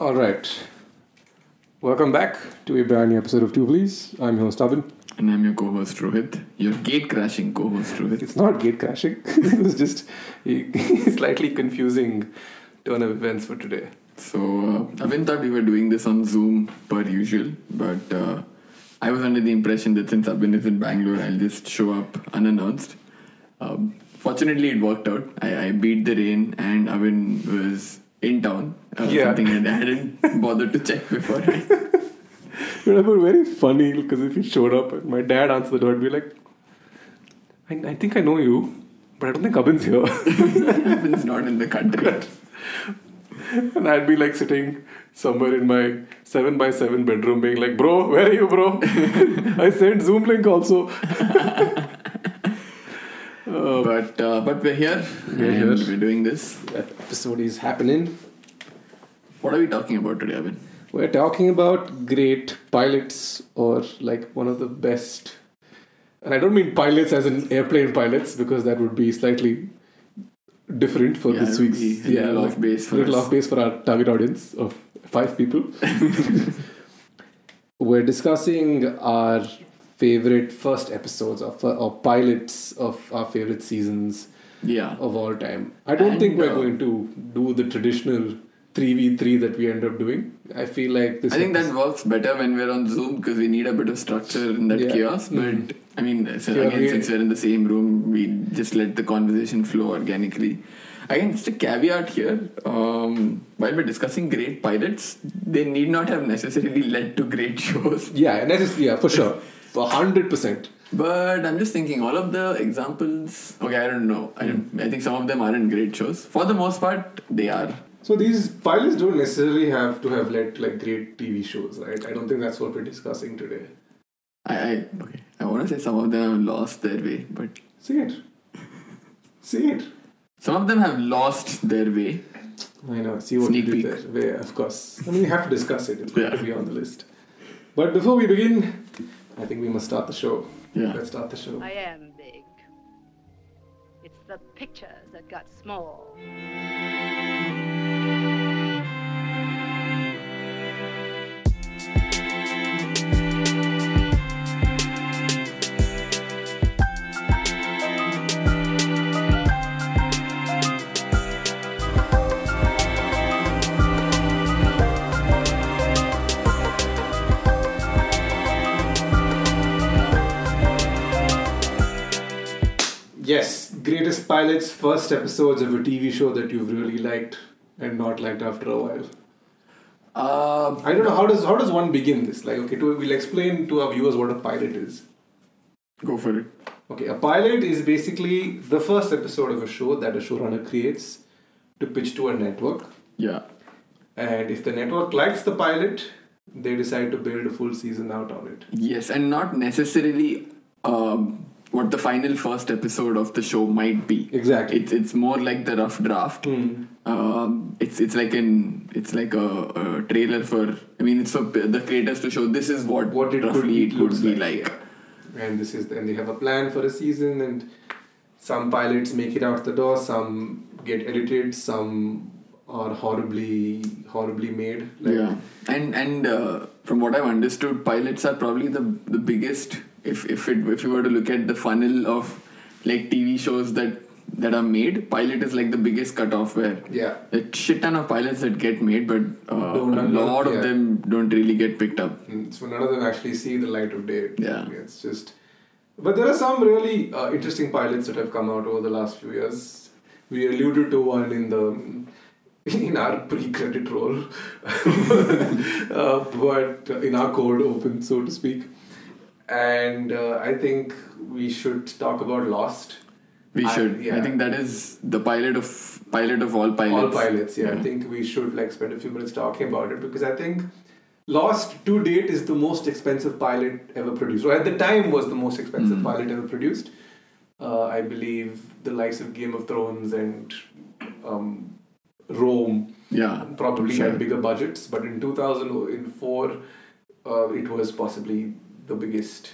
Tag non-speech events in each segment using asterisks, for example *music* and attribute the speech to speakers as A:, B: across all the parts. A: All right. Welcome back to a brand new episode of Two Please. I'm your host, Abin.
B: And I'm your co host Rohit, your gate crashing co host Rohit.
A: It's not gate crashing. *laughs* it was just a *laughs* slightly confusing turn of events for today.
B: So, uh, Avin thought we were doing this on Zoom per usual, but uh, I was under the impression that since Abin is in Bangalore, I'll just show up unannounced. Um, fortunately, it worked out. I, I beat the rain, and Avin was in town. Uh,
A: Yeah.
B: Something that I
A: *laughs*
B: hadn't bothered to check before. *laughs*
A: But it was very funny because if he showed up and my dad answered the door, I'd be like, I, I think I know you, but I don't think Abin's here. *laughs*
B: Avin's not in the country.
A: and I'd be like sitting somewhere in my 7 by 7 bedroom being like, Bro, where are you, bro? *laughs* I sent Zoom link also. *laughs*
B: But uh, but we're here.
A: We're
B: and
A: here.
B: We're doing this.
A: That episode is happening.
B: What are we talking about today, Avin?
A: We're talking about great pilots or like one of the best. And I don't mean pilots as in airplane pilots because that would be slightly different for
B: Yeah,
A: this
B: it would
A: week's.
B: be a little off base for
A: little
B: us.
A: off base for our target audience of five
B: *laughs*
A: people. We're discussing our favorite first episodes of or pilots of our favorite seasons
B: Yeah.
A: of all time. I don't
B: And,
A: think we're
B: uh,
A: going to do the traditional 3v3 that we end up doing. I feel like this
B: I think that works better when we're on Zoom because we need a bit of structure in that
A: Yeah. Mm-hmm.
B: chaos. But I mean, so
A: Yeah,
B: again,
A: we-
B: since we're in the same room, we just let the conversation flow organically. Again, just a caveat here. Um, while we're discussing great pilots, they need not have necessarily led to great *laughs* shows.
A: Yeah, and that is yeah, for *laughs* sure. For 100%.
B: But I'm just thinking, all of the examples. Okay, I don't know. I, don't, I think some of them aren't great shows. For the most part, they are.
A: So these pilots don't necessarily have to have led to like great TV shows, right? I don't think that's what we're discussing today.
B: I, I okay. I want to say some of them have lost their way, but
A: See it. See it.
B: some of them have lost their way.
A: I know. See what
B: Sneak
A: you did
B: peek.
A: there. Yeah, of course. I mean, we have to discuss it. It's going
B: Yeah.
A: to be on the list. But before we begin, I think we must start the show.
B: Yeah.
A: Let's start the show.
C: I am big. It's the pictures that got small.
A: Yes, greatest pilots, first episodes of a TV show that you've really liked and not liked after a while.
B: Uh,
A: I don't know how does how does one begin this? Like, okay, to, we'll explain to our viewers what a pilot is.
B: go for it.
A: Okay, a pilot is basically the first episode of a show that a showrunner creates to pitch to a network,
B: Yeah.
A: and if the network likes the pilot, they decide to build a full season out on it.
B: Yes, and not necessarily um, what the final first episode of the show might be.
A: Exactly. Hmm.
B: It's it's more like the rough draft. Um, it's it's like an it's like a, a trailer for. I mean, it's for the creators to show this is what
A: what it could,
B: roughly it
A: looks
B: would be like.
A: yeah. And this is and they have a plan for a season, and some pilots make it out the door, some get edited, some are horribly horribly made. Like,
B: yeah, and and uh, from what I've understood, pilots are probably the the biggest. If if it if you were to look at the funnel of like TV shows that that are made, pilot is like the biggest cutoff where
A: yeah.
B: a shit ton of pilots that get made, but uh,
A: Don't-
B: a
A: don't-
B: lot of
A: yeah.
B: them don't really get picked up.
A: Mm, So none of them actually see the light of day.
B: Yeah.
A: It's just. But there are some really uh, interesting pilots that have come out over the last few years. We alluded to one in the in our pre-credit roll, *laughs* uh, but in our code open, so to speak. And uh, I think we should talk about Lost.
B: We
A: I-
B: should.
A: yeah.
B: I think that is the pilot of pilot of all pilots. Mm-hmm.
A: All pilots, yeah, I think we should like spend a few minutes talking about it because I think Lost to date is the most expensive pilot ever produced, or at the time was the most expensive
B: Mm-hmm.
A: pilot ever produced. Uh, I believe the likes of Game of Thrones and um, Rome
B: Yeah,
A: probably
B: sure.
A: had bigger budgets, but in 2004, uh, it was possibly the biggest.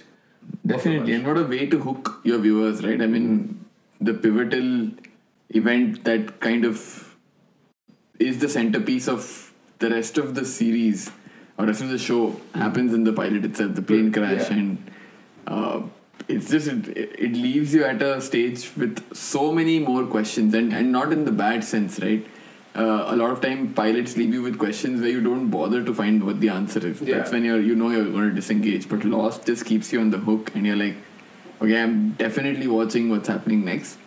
B: Definitely, and what a way to hook your viewers, right? I mean, the pivotal event that kind of is the centerpiece of the rest of the series or rest of the show happens in the pilot itself, the plane crash,
A: Yeah.
B: and uh, it's just it, it leaves you at a stage with so many more questions, and and not in the bad sense, right? Uh, a lot of time pilots leave you with questions where you don't bother to find what the answer is.
A: Yeah.
B: That's when you're you know you're going to disengage, but Lost just keeps you on the hook, and you're like, okay, I'm definitely watching what's happening next.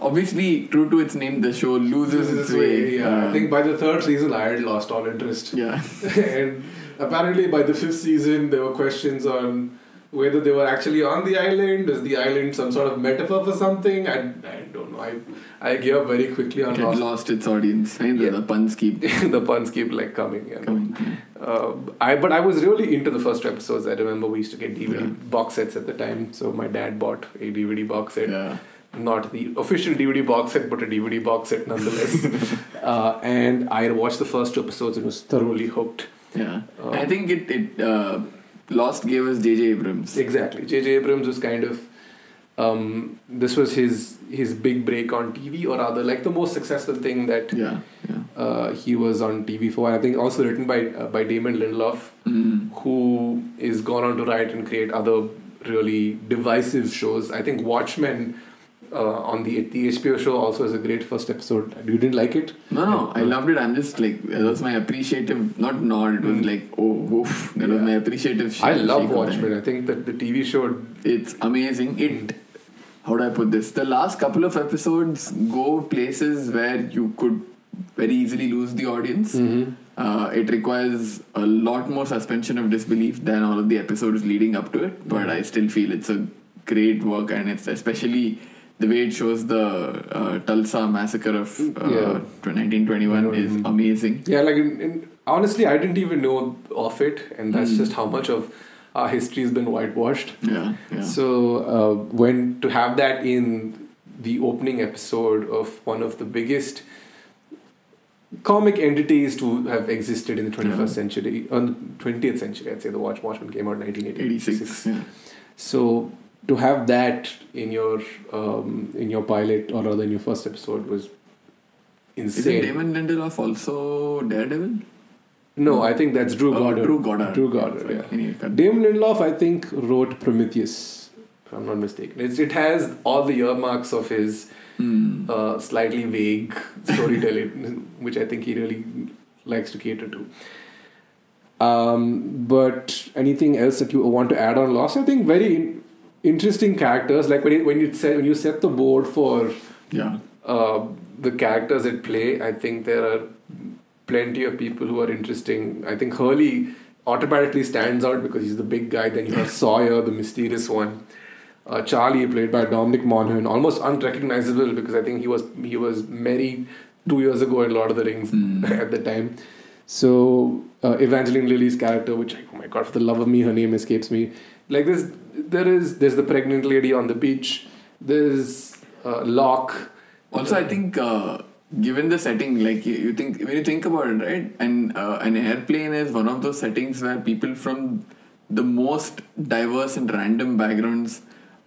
B: Obviously, true to its name, the show loses
A: This
B: its
A: is
B: way.
A: way, yeah.
B: Uh,
A: I think by the third season, I had lost all interest. *laughs*
B: yeah.
A: and apparently, by the fifth season, there were questions on whether they were actually on the island. Is the island some sort of metaphor for something? I, I don't know. I, I gave up very quickly on
B: It had
A: Lost. *laughs*
B: lost its audience. I mean,
A: Yeah.
B: the, the
A: *laughs*
B: puns keep
A: the puns keep like coming. You know.
B: coming.
A: Uh, I but I was really into the first two episodes. I remember we used to get DVD
B: Yeah.
A: box sets at the time, so my dad bought a DVD box set,
B: Yeah.
A: not the official DVD box set, but a DVD box set nonetheless.
B: *laughs*
A: uh, and I watched the first two episodes and was thoroughly hooked.
B: Yeah.
A: Um,
B: I think it, it uh, Lost gave us J.J. Abrams.
A: Exactly, J.J. Abrams was kind of um, this was his his big break on TV, or rather, like the most successful thing that
B: Yeah. Yeah.
A: uh, he was on TV for. I think also written by uh, by Damon Lindelof.
B: Mm.
A: who is gone on to write and create other really divisive shows. I think Watchmen uh, on the the HBO show also is a great first episode. You didn't like it?
B: No, no, I loved it. I'm just like that was my appreciative, not nod. It was
A: Mm.
B: like oh, oof. That was
A: Yeah.
B: my appreciative. Sh-
A: I love
B: shake of the head.
A: Watchmen. I think that the TV show.
B: It's amazing. It. How do I put this? The last couple of episodes go places where you could very easily lose the audience.
A: Mm-hmm.
B: Uh, it requires a lot more suspension of disbelief than all of the episodes leading up to it,
A: Mm-hmm.
B: but I still feel it's a great work, and it's especially the way it shows the uh, Tulsa massacre of uh,
A: Yeah.
B: 1921 is amazing.
A: Yeah, like in, in, honestly, I didn't even know of it, and that's
B: Hmm.
A: just how much of our history has been whitewashed.
B: Yeah, yeah.
A: So uh, when to have that in the opening episode of one of the biggest comic entities to have existed in the 21st
B: Yeah.
A: century, on 20th century, I'd say the Watch Watchmen came out in 1986.
B: 86. Yeah.
A: So to have that in your um, in your pilot or rather in your first episode was
B: Isn't
A: insane.
B: Damon Lindelof also Daredevil?
A: no, I think that's Drew
B: Oh,
A: Goddard.
B: Drew Goddard.
A: Drew Goddard.
B: Sorry.
A: Yeah.
B: Anyway, cut.
A: Damon Lindelof, I think, wrote Prometheus, if I'm not mistaken. It's, it has all the earmarks of his
B: Hmm.
A: uh, slightly vague storytelling, *laughs* which I think he really likes to cater to. Um, but anything else that you want to add on Lost? I think very in- interesting characters. Like when you, when you set when you set the board for
B: Yeah.
A: uh, the characters at play, I think there are plenty of people who are interesting. I think Hurley automatically stands out because he's the big guy. Then you have Sawyer, the mysterious one. Uh, Charlie, played by Dominic Monaghan, almost unrecognizable because I think he was he was married two years ago in Lord of the Rings *laughs* at the time. So uh, Evangeline Lilly's character, which oh my god, for the love of me, her name escapes me. Like this, there is there's the pregnant lady on the beach. There's uh, Locke.
B: Also, I think uh, given the setting, like you, you think when you think about it, right? And uh, an airplane is one of those settings where people from the most diverse and random backgrounds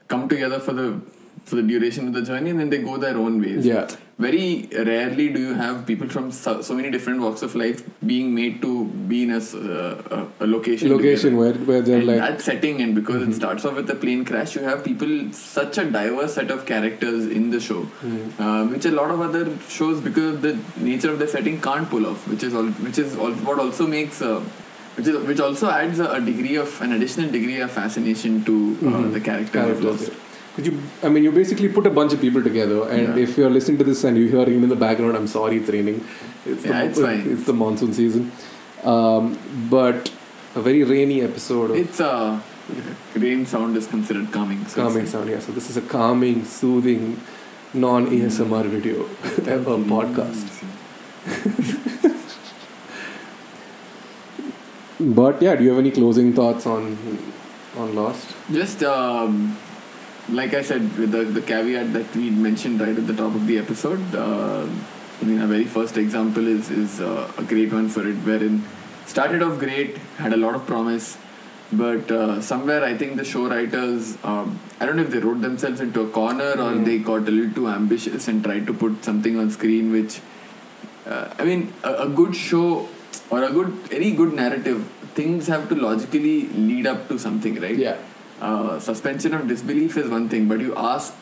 B: come together for the for the duration of the journey, and then they go their own ways.
A: Yeah.
B: Very rarely do you have people from so, so many different walks of life being made to be in a, s- uh, a, a location. together.
A: location where where they're
B: And
A: like Mm-hmm.
B: that setting and because it starts off with a plane crash you have people such a diverse set of characters in the show
A: Mm-hmm.
B: uh, which a lot of other shows because of the nature of the setting can't pull off which is all, which is all, what also makes uh, which is which also adds a, a degree of an additional degree of fascination to uh, the character of
A: Mm-hmm. characters.
B: Lost.
A: Because you, I mean, you basically put a bunch of people together, and
B: Yeah.
A: if you're listening to this and you hear rain in the background, I'm sorry, it's raining. It's
B: Yeah,
A: the,
B: it's fine.
A: It's the monsoon season, um, but a very rainy episode of
B: it's uh, rain sound is considered calming so
A: calming
B: it's-
A: sound. Yeah, so this is a calming, soothing, non ASMR
B: Mm. *laughs*
A: video ever podcast.
B: Mm-hmm.
A: But yeah, do you have any closing thoughts on on Lost?
B: Just um, like I said, with the, the caveat that we mentioned right at the top of the episode, uh, I mean, our very first example is is uh, a great one for it, wherein started off great, had a lot of promise, but uh, somewhere I think the show writers, um, I don't know if they wrote themselves into a corner or they got a little too ambitious and tried to put something on screen which, uh, I mean, a, a good show or a good any good narrative things have to logically lead up to something right
A: Yeah.
B: uh, suspension of disbelief is one thing but you ask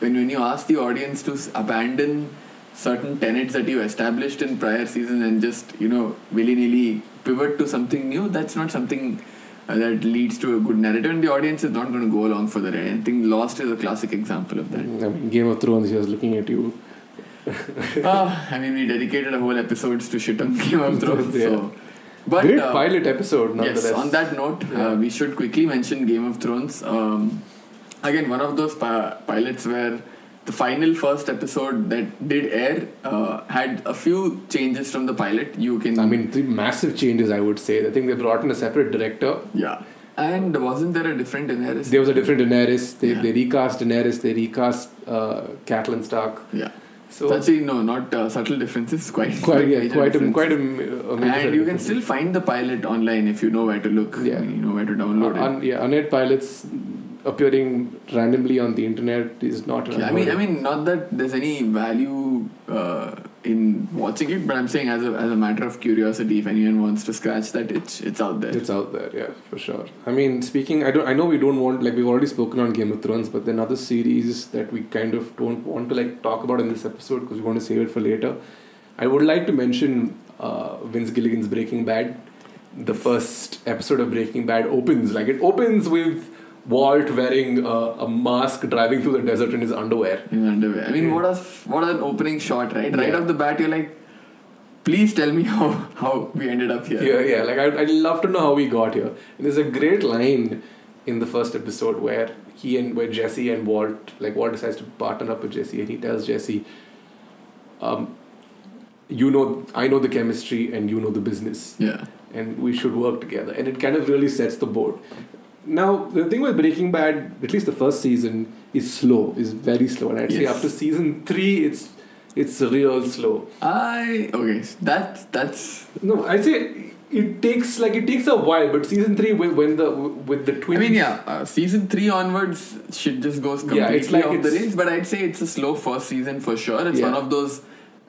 B: when, when you ask the audience to s- abandon certain tenets that you established in prior season and just you know willy-nilly pivot to something new that's not something uh, that leads to a good narrative and the audience is not going to go along for the ride i think lost is a classic example of
A: *laughs*
B: that
A: I mean, Game of Thrones, he was looking at you.
B: Ah, I mean, we dedicated a whole episodes to shit on Game
A: *laughs*
B: of Thrones.
A: Yeah.
B: So, but
A: Great
B: uh,
A: pilot episode, nonetheless.
B: yes. On that note, uh, we should quickly mention Game of Thrones. Um, again, one of those pi- pilots where the final first episode that did air uh, had a few changes from the pilot. You can,
A: I mean, three massive changes, I would say. I think they brought in a separate director.
B: yeah. And wasn't there a different Daenerys?
A: There was a different Daenerys. They,
B: Yeah.
A: they recast Daenerys. They recast uh, Catelyn Stark.
B: yeah.
A: So,
B: So, actually, no, not uh, subtle differences. *laughs* Quite,
A: quite, yeah,
B: major
A: quite, a,
B: difference.
A: quite a, a major
B: and you can
A: difference.
B: still find the pilot online if you know where to look.
A: Yeah. Uh,
B: you know where to download it.
A: Un- yeah, unaired pilots appearing randomly on the internet is not.
B: Yeah, I mean, I mean, not that there's any value uh, in watching it, but I'm saying as a as a matter of curiosity, if anyone wants to scratch that itch, it's out there.
A: it's out there. Yeah, for sure. I mean, speaking, I don't. I know we don't want like we've already spoken on Game of Thrones, but then other series that we kind of don't want to like talk about in this episode because we want to save it for later. I would like to mention uh, Vince Gilligan's Breaking Bad. The first episode of Breaking Bad opens like it opens with Walt wearing a, a mask driving through the desert in his underwear.
B: In underwear. I mean,
A: Yeah.
B: what a what an opening shot, right? Right
A: Yeah.
B: off the bat, you're like, please tell me *laughs* how how we ended up here.
A: Yeah, yeah. Like I'd, I'd love to know how we got here. And there's a great line in the first episode where he and where Jesse and Walt like Walt decides to partner up with Jesse, and he tells Jesse, um, "You know, I know the chemistry, and you know the business,
B: Yeah.
A: and we should work together." And it kind of really sets the board. Now the thing with Breaking Bad, at least the first season, is slow. Is very slow, and I'd say
B: Yes.
A: after season three, it's it's real slow.
B: I okay. That's that's.
A: No, I say it takes like it takes a while, but season three when, when the with the
B: I
A: twins.
B: mean, yeah. Uh, season three onwards, shit just goes completely
A: Yeah, it's like
B: off the
A: it's-
B: rails. But I'd say it's a slow first season for sure. It's
A: Yeah.
B: one of those.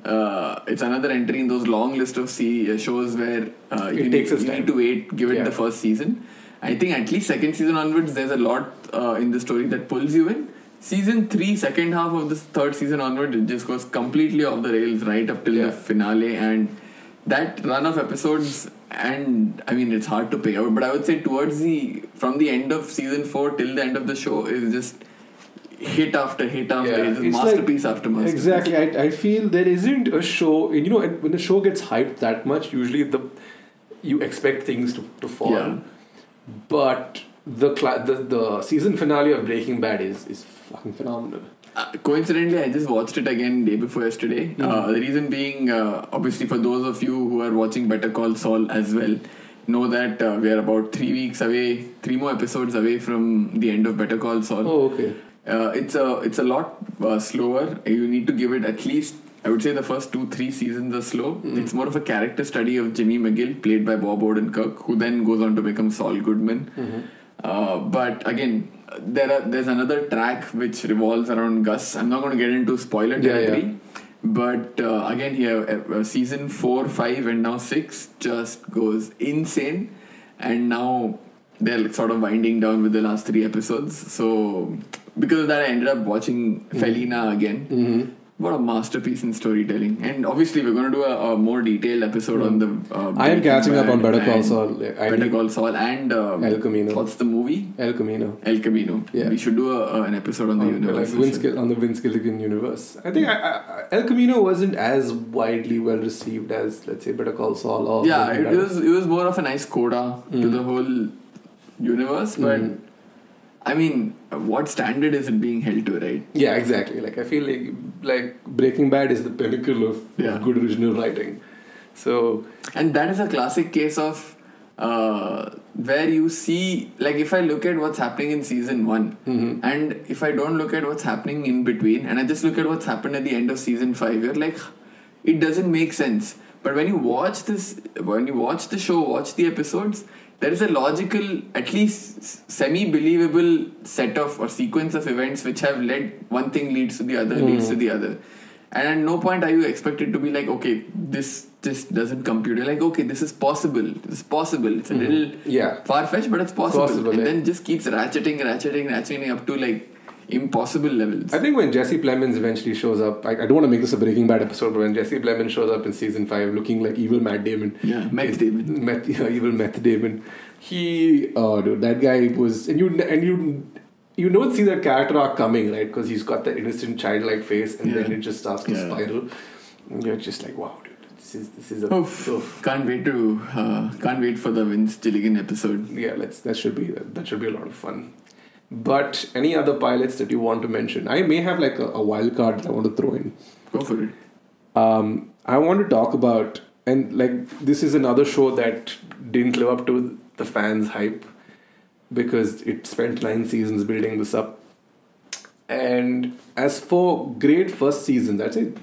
B: Uh, it's another entry in those long list of see, uh, shows where uh,
A: It
B: you,
A: takes
B: need,
A: its
B: you
A: time.
B: need to wait. Give it
A: Yeah.
B: the first season. I think at least second season onwards, there's a lot uh, in the story that pulls you in. Season three, second half of the third season onward, it just goes completely off the rails right up till the
A: Yeah.
B: finale and that run of episodes and i mean it's hard to pay out but i would say towards the from the end of season 4 till the end of the show is just hit after hit after
A: Yeah,
B: hit,
A: it's
B: masterpiece after masterpiece
A: Exactly, I, I feel there isn't a show, and you know, and when a show gets hyped that much, usually the you expect things to, to fall.
B: Yeah.
A: But the, cla- the the season finale of Breaking Bad is is fucking phenomenal.
B: Uh, coincidentally, I just watched it again day before yesterday.
A: Hmm.
B: Uh, the reason being, uh, obviously, for those of you who are watching Better Call Saul as well, know that uh, we are about three weeks away, three more episodes away from the end of Better Call Saul.
A: Oh, okay.
B: Uh, it's a it's a lot uh, slower. You need to give it at least. I would say the first two three seasons are slow.
A: Mm.
B: It's more of a character study of Jimmy McGill, played by Bob Odenkirk, who then goes on to become Saul Goodman.
A: Mm-hmm.
B: Uh, but again, there are there's another track which revolves around Gus. I'm not going to get into spoiler
A: Yeah, yeah.
B: territory. But uh, again, here uh, season four, five, and now six just goes insane, and now they're like, sort of winding down with the last three episodes. So because of that, I ended up watching
A: Mm-hmm.
B: Felina again. What a masterpiece in storytelling! And obviously, we're going to do a, a more detailed episode on the. Uh,
A: I am catching up on
B: Breaking
A: Better Call
B: Bad and
A: Saul. I
B: Better
A: need-
B: Call Saul and um,
A: El Camino.
B: What's the movie?
A: El Camino.
B: El Camino.
A: Yeah. Oh,
B: We should do a, uh, an episode on the
A: On, like
B: universe.
A: Vince Gill- on the Vince Gilligan universe. I think I, I, I- El Camino wasn't as widely well received as, let's say, Better Call Saul or.
B: yeah,
A: Breaking
B: it
A: Bad.
B: was it was more of a nice coda to the whole universe, but
A: Mm.
B: I mean, what standard is it being held to, right?
A: Yeah, exactly. Like I feel like like Breaking Bad is the pinnacle of, of
B: Yeah.
A: good original writing. So
B: And that is a classic case of uh, where you see, like, if I look at what's happening in season one, and if I don't look at what's happening in between, and I just look at what's happened at the end of season five, you're like, it doesn't make sense. But when you watch this, when you watch the show, watch the episodes, there is a logical, at least semi believable set of or sequence of events which have led one thing leads to the other, leads to the other. And at no point are you expected to be like, okay, this just doesn't compute. You're like, okay, this is possible. It's possible. It's a little
A: Yeah.
B: far fetched, but it's possible.
A: Mm-hmm. possible,
B: and
A: yeah.
B: then just keeps ratcheting, ratcheting, ratcheting up to like impossible levels.
A: I think when Jesse Plemons eventually shows up, I, I don't want to make this a Breaking Bad episode, but when Jesse Plemons shows up in season five, looking like evil Matt Damon,
B: Yeah, Matt Damon.
A: meth, *laughs* yeah, evil Meth Damon, he, oh dude, that guy was, and you, and you, you don't see that character arc coming, right? Because he's got that innocent childlike face, and then
B: Yeah.
A: it just starts to
B: Yeah.
A: spiral. And you're just like, wow, dude, this is this is a
B: Oof.
A: oof.
B: Can't wait to uh, can't wait for the Vince Gilligan episode.
A: yeah, let's that should be that should be a lot of fun. But any other pilots that you want to mention? I may have like a, a wild card that I want to throw in.
B: Go for it.
A: Um, I want to talk about and like this is another show that didn't live up to the fans' hype because it spent nine seasons building this up. And as for great first season, that's it.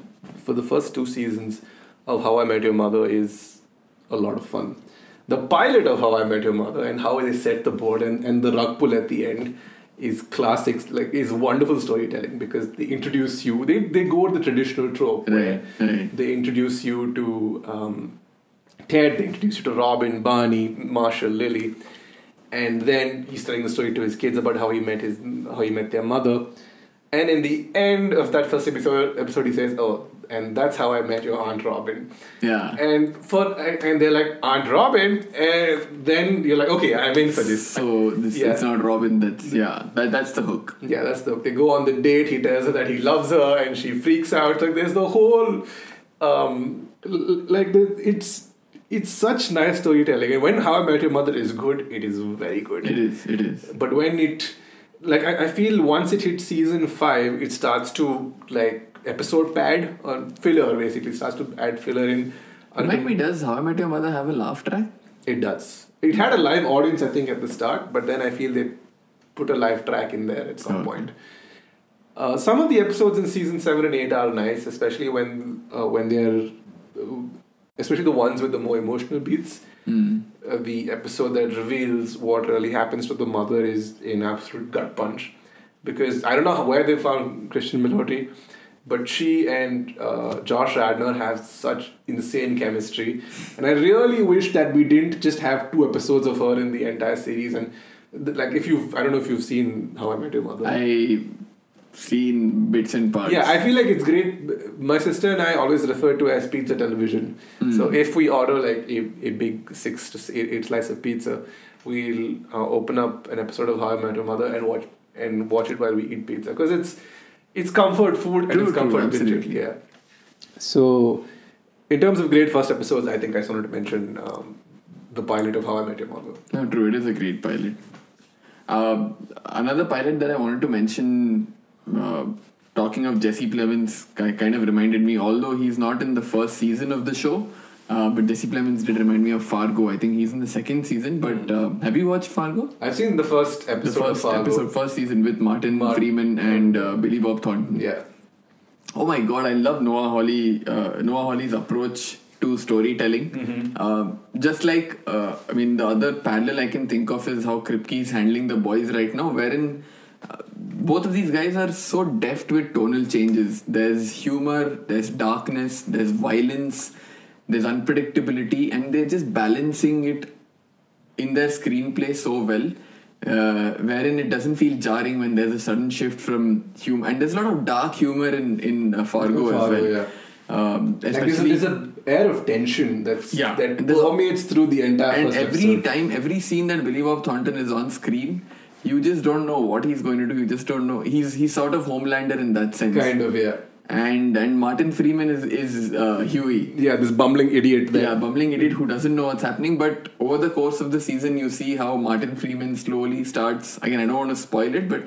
A: For the first two seasons of How I Met Your Mother is a lot of fun. The pilot of How I Met Your Mother and how they set the board and, and the rug pull at the end is classics like is wonderful storytelling because they introduce you they, they go the traditional trope where
B: Right, right.
A: they introduce you to um, Ted, they introduce you to Robin, Barney, Marshall, Lily, and then he's telling the story to his kids about how he met his how he met their mother. And in the end of that first episode, episode he says, "Oh, and that's how I met your aunt Robin."
B: Yeah.
A: And for and they're like Aunt Robin, and then you're like, "Okay, I'm in for this."
B: So this
A: Yeah.
B: it's not Robin. That's yeah. That, that's the hook.
A: Yeah, that's the. They go on the date. He tells her that he loves her, and she freaks out. Like there's the whole, um, l- like the, it's it's such nice storytelling. And when How I Met Your Mother is good, it is very good.
B: It is. It is.
A: But when it, like I, I feel once it hits season five, it starts to like episode pad or filler basically starts to add filler in.
B: Remind me, does How I Met Your Mother have a laugh track?
A: It does. It had a live audience, I think, at the start, but then I feel they put a live track in there at some
B: Okay.
A: point. Uh, some of the episodes in season seven and eight are nice, especially when uh, when they're, uh, especially the ones with the more emotional beats. Uh, the episode that reveals what really happens to the mother is an absolute gut punch, because I don't know where they found Christian Milotti, but she and uh, Josh Radner have such insane chemistry, and I really wish that we didn't just have two episodes of her in the entire series. And th- like, if you, I don't know if you've seen How I Met Your Mother.
B: I seen bits and parts.
A: Yeah, I feel like it's great. My sister and I always refer to it as pizza television. So if we order like a, a big six to s- eight, eight slice of pizza, we'll uh, open up an episode of How I Met Your Mother and watch and watch it while we eat pizza because it's it's comfort food and
B: True,
A: it's
B: true,
A: comfort
B: absolutely.
A: absolutely. Yeah. So, in terms of great first episodes, I think I just wanted to mention um, the pilot of How I Met Your Mother.
B: No, true. It is a great pilot. Uh, another pilot that I wanted to mention, uh, talking of Jesse Plemons, ki- kind of reminded me, although he's not in the first season of the show, uh, but Jesse Plemons did remind me of Fargo. I think he's in the second season. But uh, have you watched Fargo?
A: I've seen the first
B: The
A: Hmm. episode
B: first
A: of Fargo.
B: episode, first season with Martin
A: Martin.
B: Freeman and uh, Billy Bob Thornton.
A: Yeah.
B: Oh my god, I love Noah Hawley. Uh, Noah Hawley's approach to storytelling. Um, just like, uh, I mean, the other parallel I can think of is how Kripke is handling the boys right now, wherein uh, both of these guys are so deft with tonal changes. There's humor, there's darkness, there's violence, there's unpredictability, and they're just balancing it in their screenplay so well, uh, wherein it doesn't feel jarring when there's a sudden shift from humor. And there's a lot of dark humor in in uh, Fargo, as
A: Fargo,
B: well.
A: yeah.
B: Um,
A: Like there's, a,
B: especially
A: there's an air of tension that's
B: Yeah.
A: that
B: And there's-
A: permeates through the entire
B: and
A: first
B: every
A: episode.
B: time, every scene that Billy Bob Thornton is on screen, you just don't know what he's going to do. You just don't know. He's he's sort of Homelander in that sense.
A: kind of yeah
B: And and Martin Freeman is is uh, Huey.
A: yeah this bumbling idiot
B: Yeah, bumbling idiot who doesn't know what's happening. But over the course of the season, you see how Martin Freeman slowly starts. Again, I don't want to spoil it, but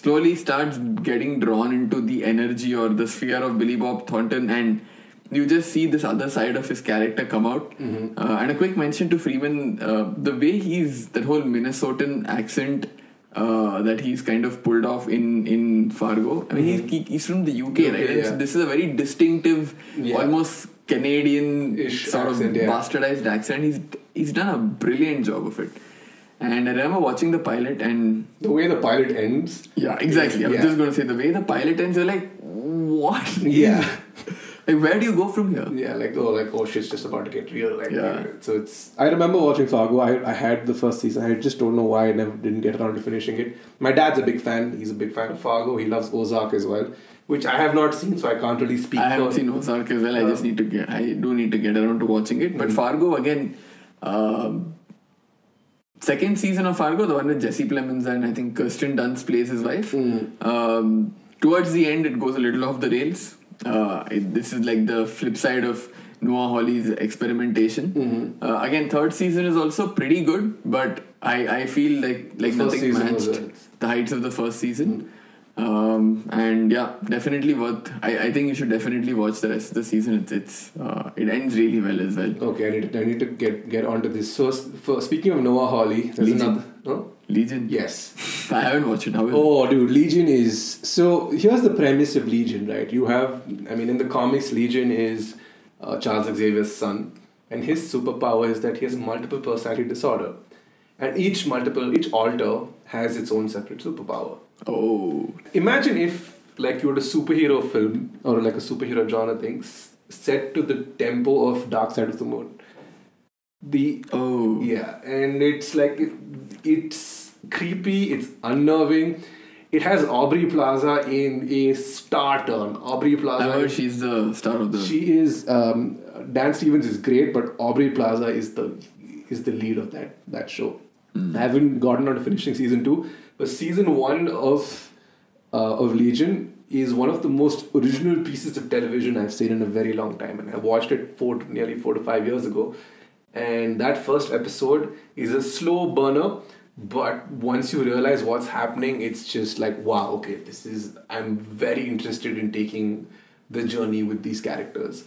B: slowly starts getting drawn into the energy or the sphere of Billy Bob Thornton, and you just see this other side of his character come out.
A: Mm-hmm.
B: Uh, and a quick mention to Freeman: uh, the way he's that whole Minnesotan accent. Uh, that he's kind of pulled off in in Fargo. I mean, he's, he- he's from the UK, right? And so
A: Mm-hmm. yeah.
B: this is a very distinctive,
A: Yeah.
B: almost Canadian
A: Ish
B: sort
A: accent,
B: of
A: yeah.
B: bastardized accent. He's he's done a brilliant job of it. And I remember watching the pilot and
A: the way the pilot ends
B: yeah, exactly. I was
A: Yeah.
B: just going to say the way the pilot ends, you're like, what? *laughs*
A: yeah
B: Like, where do you go from here?
A: *laughs* Yeah, like oh, like oh shit's just about to get real. Like,
B: Yeah.
A: So it's. I remember watching Fargo. I, I had the first season. I just don't know why I never didn't get around to finishing it. My dad's a big fan. He's a big fan of Fargo. He loves Ozark as well, which I have not seen, so I can't really speak.
B: I haven't
A: for- Uh.
B: seen Ozark as well. I just need to get. I do need to get around to watching it.
A: Mm.
B: But Fargo again, um, second season of Fargo, the one with Jesse Plemons and I think Kirsten Dunst plays his wife.
A: Mm.
B: Um, towards the end, it goes a little off the rails. Uh, it- this is like the flip side of Noah Hawley's experimentation.
A: Mm-hmm.
B: Uh, again, third season is also pretty good, but I, I feel like like
A: first
B: nothing
A: season was
B: matched
A: a-
B: the heights of the first season. Um, and yeah, definitely worth. I, I think you should definitely watch the rest of the season. It's, it's uh, it ends really well as well.
A: Okay, I need, to, I need to get get onto this. So, s- for, speaking of Noah Hawley, there's
B: Legion.
A: another. No?
B: Legion.
A: Yes.
B: I haven't watched it. How is it?
A: Oh, dude, Legion is so. Here's the premise of Legion, right? You have, I mean, in the comics, Legion is uh, Charles Xavier's son, and his superpower is that he has multiple personality disorder, and each multiple, each alter has its own separate superpower.
B: Oh,
A: Imagine if, like, you had a superhero film or like a superhero genre thing s- set to the tempo of Dark Side of the Moon. The
B: oh.
A: yeah, and it's like it, it's creepy. It's unnerving. It has Aubrey Plaza in a star turn. Aubrey
B: I
A: Plaza.
B: heard she's the star of the.
A: she is um, Dan Stevens is great, but Aubrey Plaza is the is the lead of that that show. I haven't gotten on to finishing season two, but season one of uh, of Legion is one of the most original pieces of television I've seen in a very long time, and I watched it four to, nearly four to five years ago. And that first episode is a slow burner, but once you realize what's happening, it's just like wow, okay, this is. I'm very interested in taking the journey with these characters.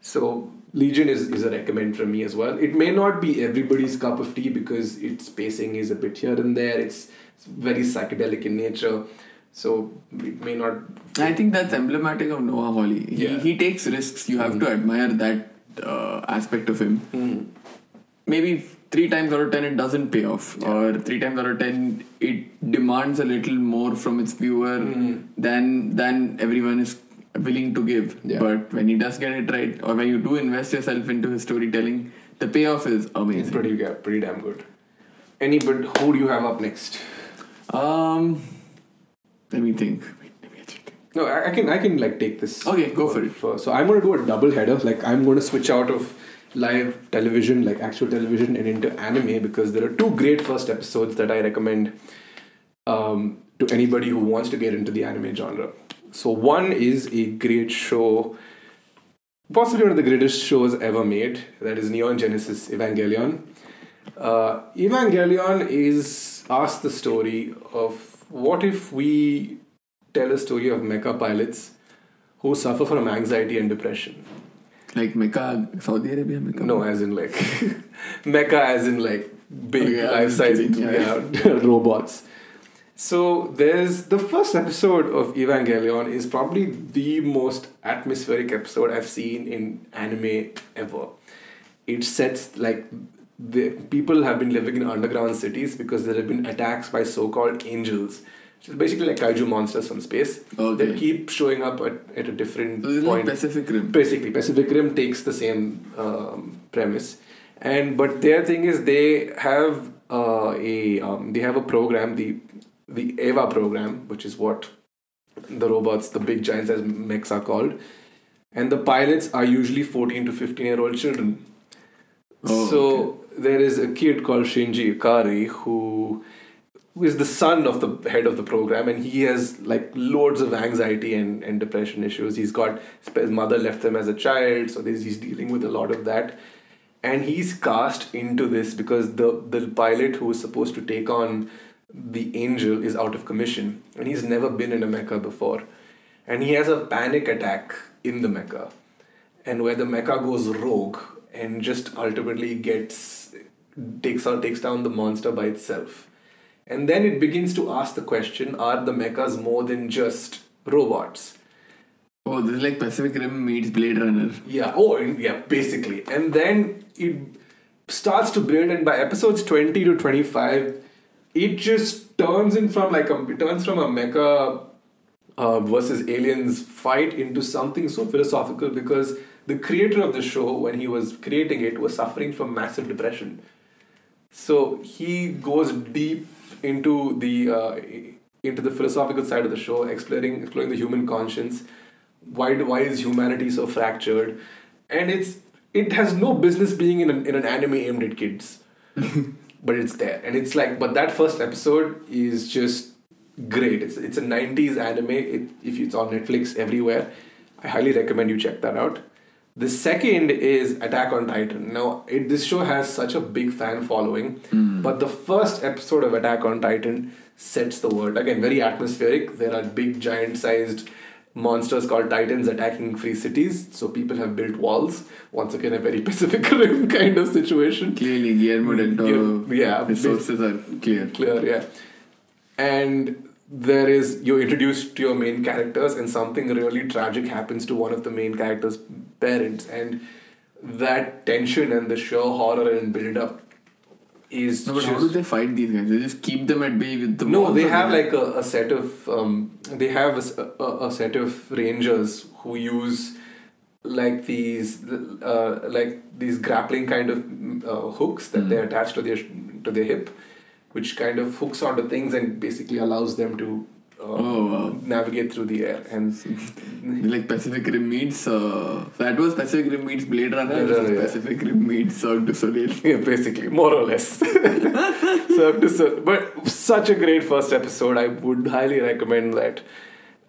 A: So Legion is, is a recommend from me as well. It may not be everybody's cup of tea because its pacing is a bit here and there. It's very psychedelic in nature, so it may not.
B: I think that's emblematic of Noah Hawley. He,
A: Yeah. Mm-hmm.
B: he takes risks. You have to admire that uh, aspect of him. Maybe three times out of ten it doesn't pay off, or three times out of ten it demands a little more from its viewer
A: Mm-hmm.
B: than than everyone is willing to give.
A: Yeah.
B: But when he does get it right, or when you do invest yourself into his storytelling, the payoff is
A: It's
B: amazing.
A: pretty yeah, pretty damn good. Any but who do you have up next?
B: Um, let me think. Wait, let me actually think.
A: No, I, I can I can like take this.
B: Okay, go for it.
A: So I'm gonna do a double header. Like I'm gonna switch out of live television, like actual television, and into anime because there are two great first episodes that I recommend um, to anybody who wants to get into the anime genre. So one is a great show, possibly one of the greatest shows ever made. That is Neon Genesis Evangelion. Uh, Evangelion is asks the story of what if we tell a story of mecha pilots who suffer from anxiety and depression.
B: Like Mecca, Saudi Arabia, Mecca.
A: No, as in like *laughs* mecha, as in like big
B: Okay, I was
A: life-size
B: kidding, yeah.
A: yeah, *laughs* robots. So there's the first episode of Evangelion is probably the most atmospheric episode I've seen in anime ever. It sets like the people have been living in underground cities because there have been attacks by so-called angels, which is basically like kaiju monsters from space that
B: Okay.
A: keep showing up at, at a different
B: So this is like
A: point
B: Pacific Rim.
A: basically pacific rim takes the same um, premise and but their thing is they have uh, a um, they have a program the the eva program which is what the robots the big giants as mechs are called and the pilots are usually 14 to 15 year old children
B: Oh,
A: so there is a kid called Shinji Ikari who who is the son of the head of the program and he has like loads of anxiety and, and depression issues. He's got his mother left him as a child, so there's, he's dealing with a lot of that. And he's cast into this because the, the pilot who is supposed to take on the angel is out of commission and he's never been in a mecha before. And he has a panic attack in the mecha and where the mecha goes rogue and just ultimately gets takes out takes down the monster by itself and then it begins to ask the question are the mechas more than just robots
B: Oh, this is like Pacific Rim meets Blade Runner.
A: yeah oh and- yeah basically and then it starts to build and by episodes 20 to 25 it just turns in from like a it turns from a mecha uh, versus aliens fight into something so philosophical because the creator of the show, when he was creating it, was suffering from massive depression. So he goes deep into the uh, into the philosophical side of the show, exploring exploring the human conscience. Why do, why is humanity so fractured? And it's it has no business being in an, in an anime aimed at kids, but it's there, and it's like but that first episode is just great. It's it's a '90s anime. It, if it's on Netflix everywhere, I highly recommend you check that out. The second is Attack on Titan. Now, it, this show has such a big fan following, but the first episode of Attack on Titan sets the world. Again, very atmospheric. There are big, giant sized monsters called Titans attacking free cities, so people have built walls. Once again, a very *laughs* Pacific Rim kind of situation.
B: Clearly, Guillermo del Toro
A: Yeah, yeah,
B: resources are clear.
A: Clear, yeah. And there is you're introduced to your main characters, and something really tragic happens to one of the main characters' parents, and that tension and the sheer horror and build up is
B: No, but how
A: just-
B: do they fight these guys? They just keep them at bay with the
A: no
B: walls
A: they
B: or
A: have like a, a set of um, they have a s- a, a- a set of rangers who use like these uh, like these grappling kind of mm, uh, hooks that they attach to their to their hip which kind of hooks onto things and basically allows them to uh,
B: Oh, wow.
A: navigate through the air and
B: like Pacific Rim meets uh, that was Pacific Rim meets Blade Runner.
A: Blade
B: this is
A: Runner, yeah.
B: Pacific Rim meets Cirque du Soleil.
A: Yeah, basically, more or less. *laughs* Cirque du Soleil. uh, But such a great first episode. I would highly recommend that.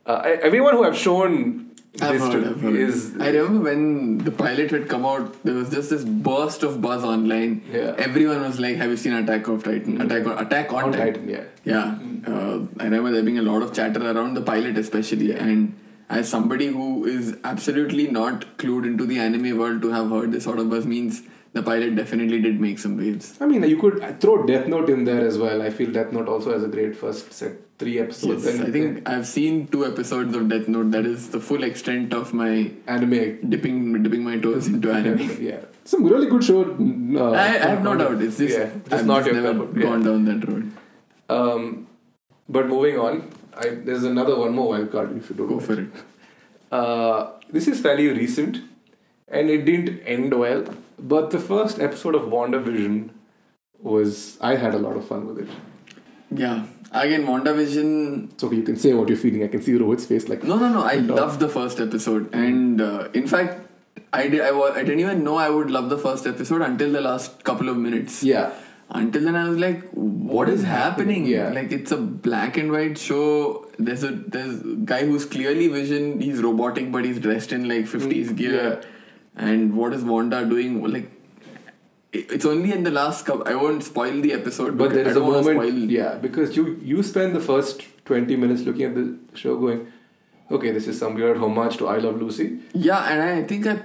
A: Uh, I- everyone who I've shown
B: I've
A: this
B: heard,
A: to
B: I've heard.
A: is
B: I remember when the pilot had come out, there was just this burst of buzz online.
A: Yeah.
B: Everyone was like, "Have you seen Attack of Titan? Attack on Attack on,
A: on
B: Titan.
A: Titan. Yeah,
B: Yeah, uh, I remember there being a lot of chatter around the pilot, especially. And as somebody who is absolutely not clued into the anime world, to have heard this sort of buzz means the pilot definitely did make some waves.
A: I mean, you could uh, throw Death Note in there as well. I feel Death Note also has a great first set, three episodes.
B: Yes, I think I've seen two episodes of Death Note. That is the full extent of my
A: anime.
B: dipping dipping my
A: *laughs*
B: toes into anime.
A: Yeah, some really good show. mm, Uh,
B: I, I have no
A: content.
B: doubt. It's just
A: Yeah, just
B: I've
A: not
B: just
A: your
B: never
A: cup of- yeah.
B: gone down that road.
A: Um, but moving on, I, there's another one more wild card if you don't
B: Go
A: mind.
B: for it.
A: Uh, this is fairly recent and it didn't end well but the first episode of wandavision was i had a lot of fun with it
B: Yeah. Again, WandaVision.
A: so you can say what you're feeling i can see rohit's face like
B: No, no, no. I loved the first episode, and uh, in fact, I did. I, wa- I didn't even know I would love the first episode until the last couple of minutes.
A: yeah
B: Until then, I was like, "What is happening?"
A: Yeah.
B: Like it's a black and white show. There's a there's a guy who's clearly vision. He's robotic, but he's dressed in like 50s gear.
A: Mm, yeah.
B: And what is Wanda doing? Like. it- It's only in the last couple. I won't spoil the episode,
A: but
B: because
A: there
B: I
A: is a
B: don't wanna
A: moment
B: Spoil
A: yeah because you you spend the first 20 minutes looking at the show going okay this is some weird homage to i love lucy
B: Yeah, and I think I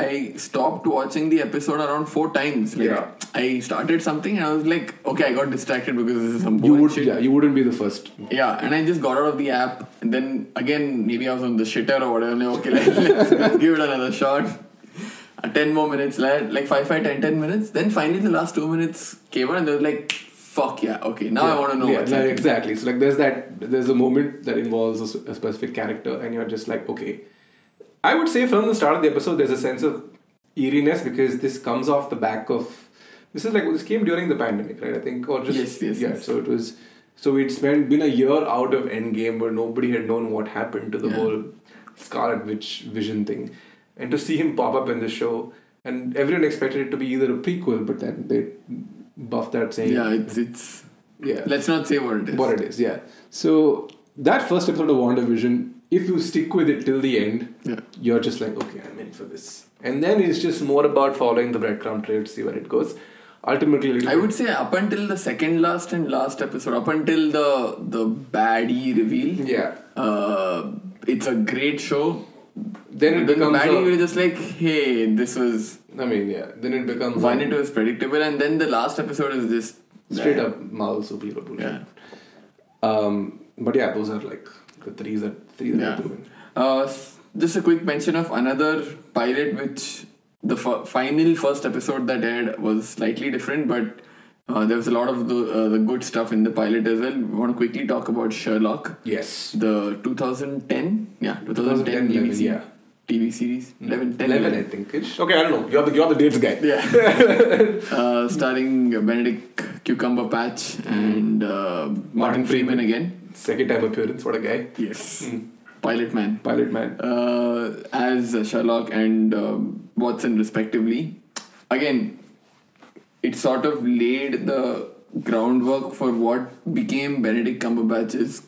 B: I stopped watching the episode around four times. Like,
A: Yeah.
B: I started something and I was like, okay, I got distracted because this is some
A: you
B: bullshit.
A: would yeah you wouldn't be the first
B: Yeah, and I just got out of the app. And then again, maybe I was on the shitter or whatever. Like, okay, *laughs* like, let's, let's give it another shot. Uh, 10 more minutes, like, like 5, 5, 10, 10 minutes. Then finally, the last two minutes came on and they were like, fuck yeah, okay, now I
A: Yeah.
B: want to know
A: Yeah,
B: what's
A: like,
B: happening.
A: exactly. So like, there's that. There's a moment that involves a, s- a specific character, and you're just like, okay. I would say from the start of the episode, there's a sense of eeriness because this comes off the back of this is like this came during the pandemic, right? I think, or just
B: Yes, yes,
A: yeah.
B: yes.
A: So it was. So we'd spent been a year out of Endgame, where nobody had known what happened to the
B: Yeah.
A: whole Scarlet Witch Vision thing, and to see him pop up in the show, and everyone expected it to be either a prequel, but then they buffed that saying,
B: Yeah, it's, it's.
A: yeah,
B: Let's not say what it is.
A: what it is, yeah. So that first episode of WandaVision, if you stick with it till the end,
B: Yeah.
A: you're just like, okay, I'm in for this. And then it's just more about following the breadcrumb trail to see where it goes. Ultimately, a little
B: I
A: bit-
B: would say up until the second last and last episode, up until the the baddie reveal.
A: Yeah.
B: Uh, it's a great show.
A: Then it
B: When the
A: becomes.
B: baddie, we
A: a-
B: were just like, hey, this was
A: I mean, yeah. Then it becomes
B: fun.
A: a
B: It was predictable, and then the last episode is just
A: straight up Marvel superhero bullshit. Um, but yeah, those are like the threes that three that
B: Yeah.
A: are doing.
B: Uh, s- just a quick mention of another pilot, which the f- final first episode that aired was slightly different, but Uh, there was a lot of the, uh, the good stuff in the pilot as well. We want to quickly talk about Sherlock,
A: Yes.
B: the 2010, yeah, 2010,
A: 2010,
B: TV, se-
A: yeah.
B: TV series, 11, 10,
A: 11, I think. ish. Okay, I don't know. You're the, you're the dates guy.
B: yeah, *laughs* uh, starring Benedict Cucumber Patch and uh, Martin
A: Martin
B: Freeman again.
A: Second time appearance, what a guy.
B: Yes, Pilot Man.
A: Pilot man.
B: uh, as Sherlock and uh, Watson respectively. Again, it sort of laid the groundwork for what became Benedict Cumberbatch's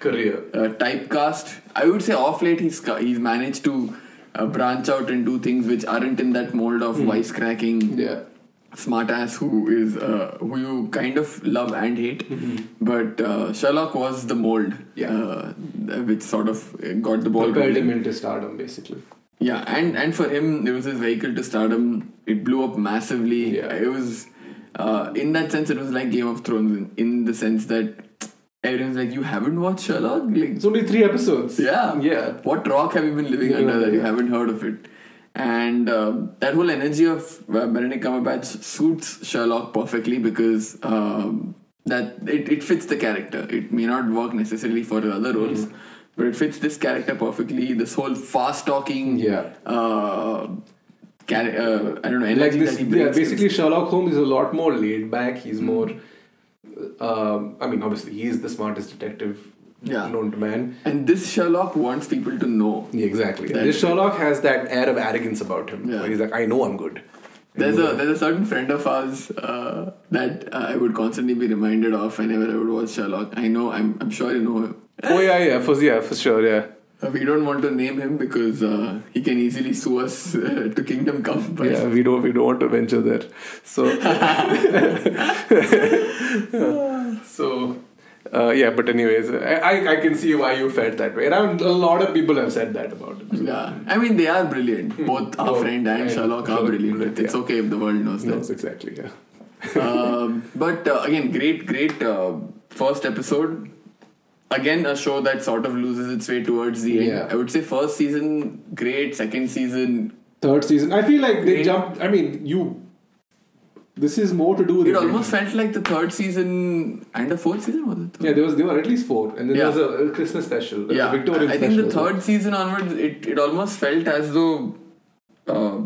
A: Career.
B: uh, typecast. I would say off late he's ca- he's managed to uh, branch out and do things which aren't in that mold of wisecracking
A: Hmm. Yeah.
B: smartass who is uh, who you kind of love and hate. But uh, Sherlock was the mold,
A: Mm-hmm. Yeah.
B: uh, which sort of uh, got the ball
A: Propelled
B: rolling.
A: him into stardom, basically.
B: Yeah, and and for him, it was his vehicle to stardom. It blew up massively.
A: Yeah.
B: It was, uh, in that sense, it was like Game of Thrones in, in the sense that everyone's like, you haven't watched Sherlock, like,
A: It's only three episodes.
B: yeah,
A: Yeah.
B: What rock have you been living
A: Yeah,
B: under that you
A: yeah.
B: haven't heard of it? And uh, that whole energy of uh, Benedict Cumberbatch suits Sherlock perfectly because um, that it, it fits the character. It may not work necessarily for the other roles,
A: Mm-hmm.
B: but it fits this character perfectly. This whole fast talking,
A: Yeah.
B: uh, char- uh, I don't know, energy
A: like this,
B: that he
A: yeah,
B: brings to
A: basically Sherlock Holmes is a lot more laid back. He's more, um, I mean, obviously he is the smartest detective
B: Yeah.
A: known to man.
B: And this Sherlock wants people to know.
A: Yeah, exactly.
B: That-
A: this Sherlock has that air of arrogance about him.
B: Yeah.
A: Where he's like, I know I'm good. I
B: There's
A: know
B: a there's a certain friend of ours uh, that I would constantly be reminded of whenever I would watch Sherlock. I know I'm I'm sure you know him.
A: that." oh yeah, yeah, for yeah, for sure, yeah.
B: Uh, we don't want to name him because uh, he can easily sue us *laughs* uh, to Kingdom Come. But
A: Yeah, we don't we don't want to venture there. So *laughs* so uh, yeah, but anyways, I, I I can see why you felt that way, and I'm, a lot of people have said that about it.
B: Yeah. I mean they are brilliant. Both our
A: Both.
B: friend and
A: Oh, Yeah.
B: Sherlock are brilliant. It's
A: Yeah.
B: okay if the world knows
A: No, *laughs*
B: that.
A: exactly. Yeah.
B: um, but uh, again, great, great uh, first episode. Again, a show that sort of loses its way towards the end.
A: Yeah.
B: I would say first season great, second season
A: third season. I feel like they
B: Great.
A: jumped. I mean, you. This is more to do with
B: It
A: the-
B: almost felt like the third season and the fourth season was it?
A: Yeah, there was there were at least four, and then
B: Yeah.
A: there was a, a Christmas special, there was
B: Yeah.
A: a Victorian
B: I think the
A: special.
B: third season onwards, it, it almost felt as though uh,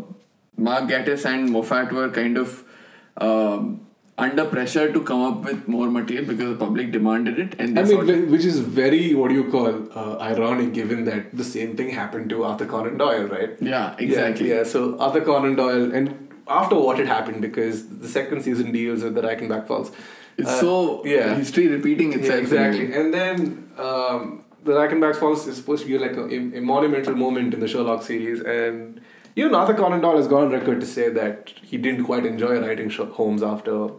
B: Mark Gatiss and Moffat were kind of um under pressure to come up with more material because the public demanded it, and they
A: I mean,
B: sort of-
A: whi- which is very what do you call uh, ironic, given that the same thing happened to Arthur Conan Doyle, right?
B: yeah, exactly.
A: Yeah, yeah, so Arthur Conan Doyle, and after what had happened, because the second season deals with the Reichenbach Falls.
B: It's
A: Uh,
B: so
A: yeah.
B: history repeating itself.
A: Yeah,
B: in a
A: exactly.
B: way.
A: And then um, the Reichenbach Falls is supposed to be like a, a monumental moment in the Sherlock series, and even Arthur Conan Doyle has gone on record to say that he didn't quite enjoy writing Sherlock Holmes after.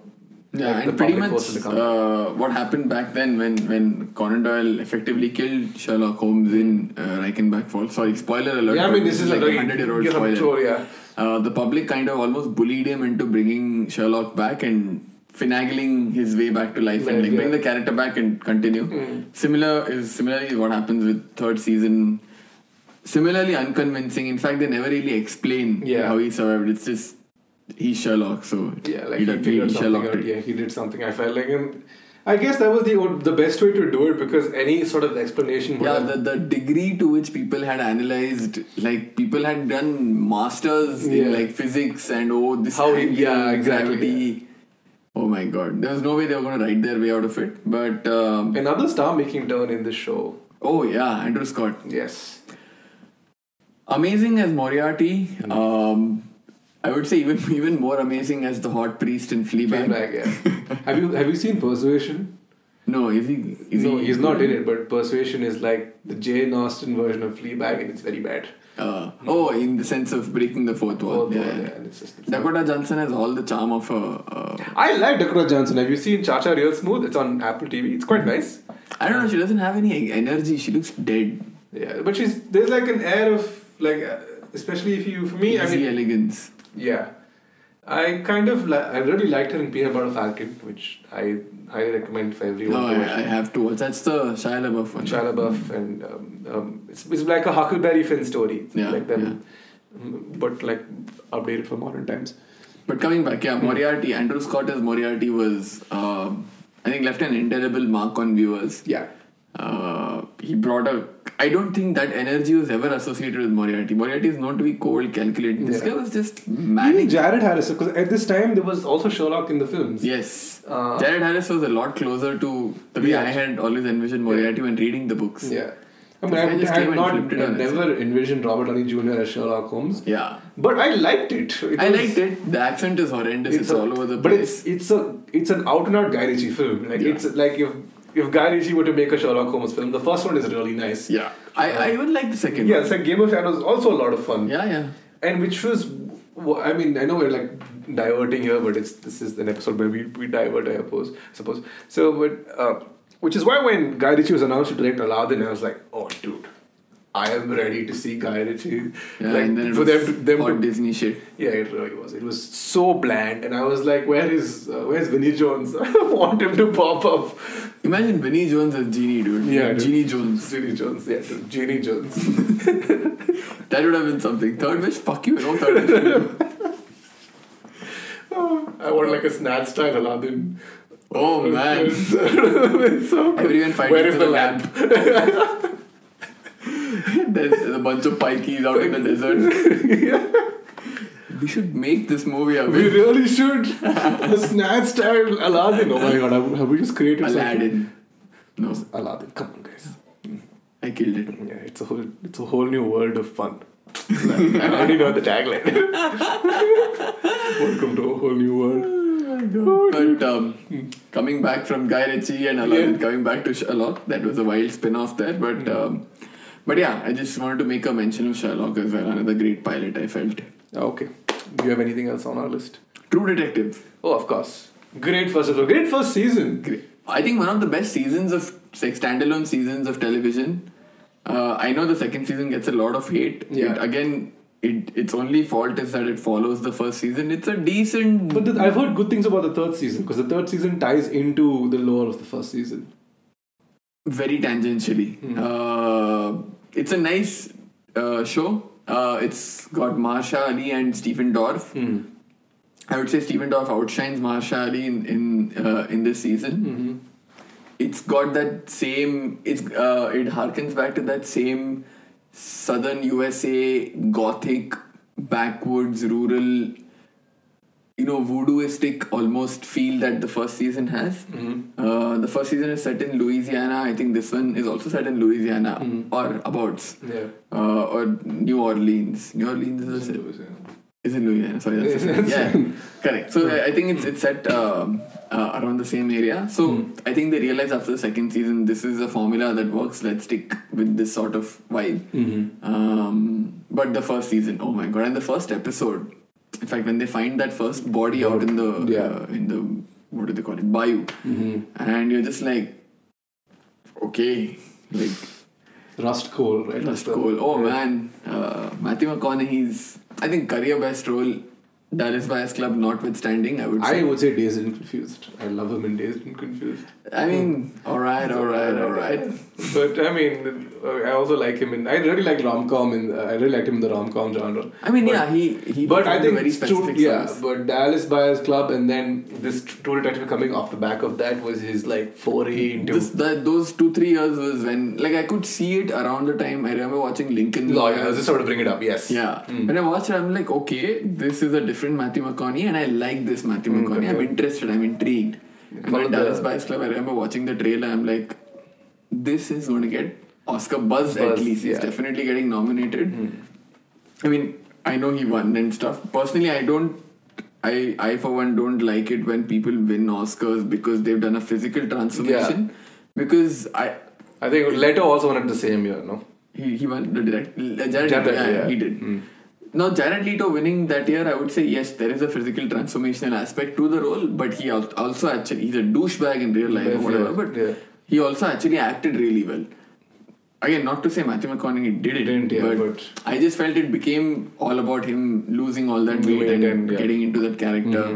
B: Yeah,
A: like,
B: and pretty
A: public
B: much
A: forced him to come back.
B: uh, what happened back then when, when Conan Doyle effectively killed Sherlock Holmes in uh, Reichenbach Falls. Sorry, spoiler alert.
A: yeah, I mean, this is like,
B: uh, a 100 year old
A: yeah,
B: spoiler.
A: sure, yeah.
B: Uh, the public kind of almost bullied him into bringing Sherlock back and finagling his way back to life and
A: Right,
B: like bring
A: yeah. Mm.
B: the character back and continue. Similar is similarly what happens with third season. Similarly unconvincing. In fact, they never really explain
A: Yeah.
B: how he survived. It's just he's Sherlock, so
A: Yeah, like he,
B: he, did- he,
A: figured something
B: Sherlocked
A: out.
B: it.
A: Yeah, he did something. I felt like, and I guess that was the the best way to do it because any sort of explanation. would
B: Yeah,
A: have-
B: the, the degree to which people had analyzed, like people had done masters in
A: Yeah.
B: like physics and oh, this
A: How he-
B: angle,
A: yeah, exactly,
B: gravity. Oh my god, there was no way they were going to write their way out of it. But um,
A: another star-making turn in this show.
B: oh yeah, Andrew Scott,
A: Yes.
B: amazing as Moriarty.
A: Mm-hmm.
B: Um, I would say even *laughs* even more amazing as the hot priest in Fleabag.
A: Fleabag,
B: *laughs*
A: yeah. have you have you seen Persuasion?
B: No, is he? Is
A: no,
B: he,
A: he's not in it, but Persuasion is like the Jane Austen version of Fleabag, and it's very bad.
B: Uh, oh, in the sense of breaking the fourth wall.
A: Both
B: yeah,
A: are,
B: yeah.
A: and it's just, it's
B: Dakota Johnson has all the charm of a. Uh,
A: I like Dakota Johnson. Have you seen Cha Cha Real Smooth? It's on Apple TV. It's
B: Mm-hmm.
A: quite nice.
B: I don't know. She doesn't have any energy. She looks dead.
A: Yeah, but she's there's like an air of like, uh, especially if you for me, I
B: Easy
A: mean,
B: elegance.
A: yeah, I kind of li- I really liked her in Peanut Butter Falcon, which I highly recommend for everyone.
B: No,
A: to watch.
B: I, I have to watch. That's the Shia LaBeouf one.
A: Shia LaBeouf and um, um, it's, it's like a Huckleberry Finn story,
B: Yeah,
A: like them, Mm, but like updated for modern times.
B: But coming back, yeah, Moriarty, Andrew Scott as Moriarty was, um I think, left an indelible mark on viewers.
A: Yeah.
B: Uh, he brought a. I don't think that energy was ever associated with Moriarty. Moriarty is known to be cold, calculating. This
A: Yeah.
B: guy was just
A: Even
B: manic.
A: Jared Harris, because at this time there was also Sherlock in the films.
B: Yes.
A: Uh,
B: Jared Harris was a lot closer to the way
A: Yeah.
B: I had always envisioned Moriarty when reading the books.
A: Yeah. I
B: This guy
A: mean,
B: just
A: I, I
B: came and
A: not,
B: flipped it
A: I
B: on its
A: never envisioned Robert Downey Jr. as Sherlock Holmes,
B: Yeah.
A: but I liked it. It
B: I
A: was-
B: liked it. The accent is horrendous. It's,
A: a-
B: all over the
A: but
B: place.
A: it's it's a it's an out and out Guy Ritchie film. Like
B: Yeah.
A: it's like if if Guy Ritchie were to make a Sherlock Holmes film, the first one is really nice.
B: yeah. I, I even like the second
A: Yeah, it's like Game of Shadows also a lot of fun.
B: one. Yeah, yeah.
A: And which was, w- I mean, I know we're like diverting here, but it's this is an episode where we, we divert, I suppose. Suppose so, but uh, which is why when Guy Ritchie was announced to direct Aladdin, I was like, oh, dude, I am ready to see Guy Ritchie.
B: Yeah,
A: like
B: and then it
A: for
B: was
A: them to, them
B: hot
A: to
B: Disney shit.
A: Yeah, it really was. It was so bland, and I was like, "Where is uh, where's Vinny Jones? *laughs* I want him to pop up."
B: Imagine Vinny Jones as Genie, dude.
A: Yeah, dude.
B: Genie Jones.
A: Vinny Jones, yeah, dude, Genie Jones. *laughs*
B: That would have been something. Third wish, fuck you. No
A: *laughs*
B: third wish.
A: Oh, I want like a snatch style Aladdin.
B: oh
A: *laughs*
B: man,
A: so
B: everyone fighting.
A: Where is
B: for
A: the lamp?
B: lamp. There's *laughs* there's a bunch of pikeys out in the
A: *laughs*
B: desert. We should make this movie a
A: We
B: bit.
A: really should a snatch style Aladdin. Oh my god, have- have we just created something?
B: Aladdin. No,
A: Aladdin, come on, guys.
B: I killed it.
A: Yeah, it's a whole it's a whole new world of fun. I already know the *laughs* tagline. Welcome to a whole new world.
B: But um, coming back from Guy Ritchie and Aladdin,
A: Yeah. Mm.
B: coming back to Sherlock, that was a wild spin-off there. But um, but yeah, I just wanted to make a mention of Sherlock as well. Another great pilot, I felt.
A: Oh, Okay. Do you have anything else on our list?
B: True Detective.
A: Oh, of course. Great first episode. Great first season.
B: Great. I think one of the best seasons of like standalone seasons of television. Uh, I know the second season gets a lot of hate.
A: Yeah.
B: It, again, it its only fault is that it follows the first season. It's a decent.
A: But th- I've heard good things about the third season because the third season ties into the lore of the first season.
B: very tangentially. Uh, it's a nice uh, show. Uh, it's got Marsha Ali and Stephen Dorff.
A: Mm-hmm.
B: I would say Stephen Dorff outshines Marsha Ali in in, uh, in this season.
A: Mm-hmm.
B: It's got that same. It's uh, it harkens back to that same southern USA gothic backwoods rural you know voodooistic almost feel that the first season has.
A: Mm-hmm.
B: Uh, the first season is set in Louisiana. I think this one is also set in Louisiana or abouts
A: Yeah.
B: uh, or New Orleans. New Orleans is, a- is in Louisiana. Sorry,
A: *laughs*
B: that's
A: Yes,
B: yeah, correct. So I I think it's it's set um, uh, around the same area. So I think they realized after the second season, this is a formula that works. Let's stick with this sort of vibe.
A: Mm-hmm.
B: Um, but the first season, oh my god, and the first episode. In fact, when they find that first body out in the uh, in the what do they call it bayou,
A: Mm-hmm.
B: and you're just like, okay, like
A: Rust Cole, right?
B: that's
A: That's the-
B: cool. Oh man, uh, Matthew McConaughey's I think career best role, Dallas Buyers Club notwithstanding. I would
A: I
B: say.
A: would say Dazed and Confused. I love him in Dazed and Confused.
B: I, mean,
A: hmm.
B: all right, all right, all right.
A: But I mean, uh, I also like him in. I really like rom com, and I really liked him in the rom com genre.
B: I mean,
A: But-
B: yeah, he he.
A: But I
B: performed a
A: think
B: very
A: it's
B: specific.
A: true, yeah.
B: songs.
A: But Dallas Buyers Club, and then this True Detective coming off the back of that was his like foray into
B: This, that, those two three years was when like I could see it around the time I remember watching Lincoln
A: lawyer. Oh, I was just sort of bring it up. Yes. Mm.
B: Yeah. When I watched it, I'm like, okay, this is a different Matthew McConaughey, and I like this Matthew McConaughey. I'm interested. I'm intrigued. And
A: One
B: when
A: of Mm, the-
B: Dallas Buyers Club, I remember watching the trailer. I'm like, this is going to get Oscar buzz, at
A: Buzz,
B: least. He's
A: yeah. Mm.
B: definitely getting nominated. I mean, I know he won and stuff. Personally, I don't. I, I for one don't like it when people win Oscars because they've done a physical transformation. Because I
A: I think Leto also won it the same year, no?
B: he, he won the direct. Uh, Jared,
A: Jared,
B: Leto, yeah,
A: yeah. Hmm.
B: he did. Now Jared Leto winning that year, I would say yes, there is a physical transformational aspect to the role, but he al- also actually he's a douchebag in real life or
A: Yes,
B: whatever.
A: yeah,
B: But
A: yeah.
B: he also actually acted really well. Again, not to say Matthew McConaughey did it,
A: Didn't, yeah, but-
B: I just felt it became all about him losing all that
A: Weight
B: weight and
A: and, yeah. Mm-hmm.
B: getting into that character.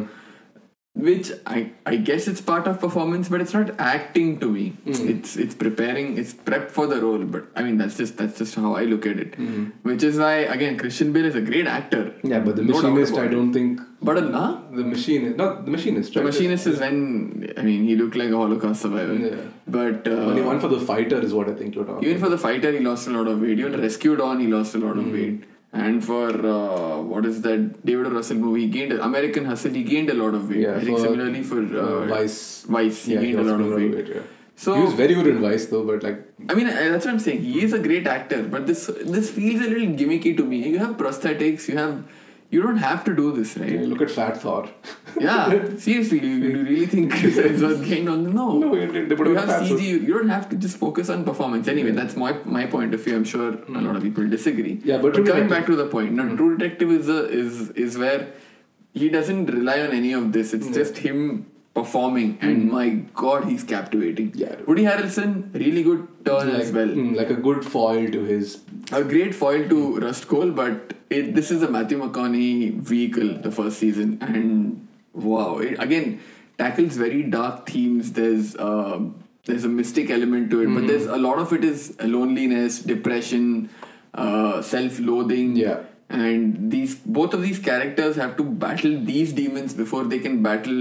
B: which I, I guess it's part of performance, but it's not acting to me.
A: Mm-hmm.
B: It's it's preparing, it's prep for the role. But I mean, that's just that's just how I look at it.
A: Mm-hmm.
B: Which is why again, Christian Bale is a great actor.
A: Yeah, but the
B: No doubt
A: machinist,
B: about
A: I
B: it.
A: don't think
B: But uh, huh?
A: the machinist. Not the machinist.
B: the
A: right?
B: machinist is when I mean he looked like a Holocaust survivor.
A: Yeah.
B: But uh,
A: Only one for the fighter is what I think you're talking.
B: even for the fighter, he lost a lot of weight. Even Rescue Dawn, he lost a lot
A: Mm-hmm.
B: of weight. And for uh, what is that David O. Russell movie, he gained American Hustle, he gained a lot of weight.
A: Yeah,
B: I think
A: for,
B: similarly for uh,
A: uh, Vice.
B: Vice, he
A: yeah,
B: gained a
A: also
B: lot of
A: gained
B: weight.
A: yeah.
B: So
A: he was very good in Vice though, but like
B: I mean, I- that's what I'm saying. He is a great actor, but this this feels a little gimmicky to me. You have prosthetics. You have you don't have to do this,
A: you
B: right?
A: look at Fat Thor.
B: yeah, seriously, you, you really think Chris Hemsworth gained on no?
A: *laughs* No, you didn't. They put
B: you
A: him in
B: have
A: a fat
B: CG.
A: suit.
B: You, you don't have to just focus on performance. Anyway, that's my my point of view. I'm sure a lot of people disagree.
A: Hmm. Yeah, but True
B: coming
A: Detective- Hmm.
B: back to the point, now True Detective is a, is is where he doesn't rely on any of this. It's just him performing, and my God, he's captivating.
A: Hmm. Yeah.
B: Woody Harrelson, really good turn
A: like,
B: as well
A: mm, like a good foil to his.
B: a great foil to Rust Cole, but it, this is a Matthew McConaughey vehicle, the first season, and wow, it again tackles very dark themes. There's uh, there's a mystic element to it, but there's a lot of it is loneliness, depression, uh, self-loathing,
A: Yeah.
B: and these both of these characters have to battle these demons before they can battle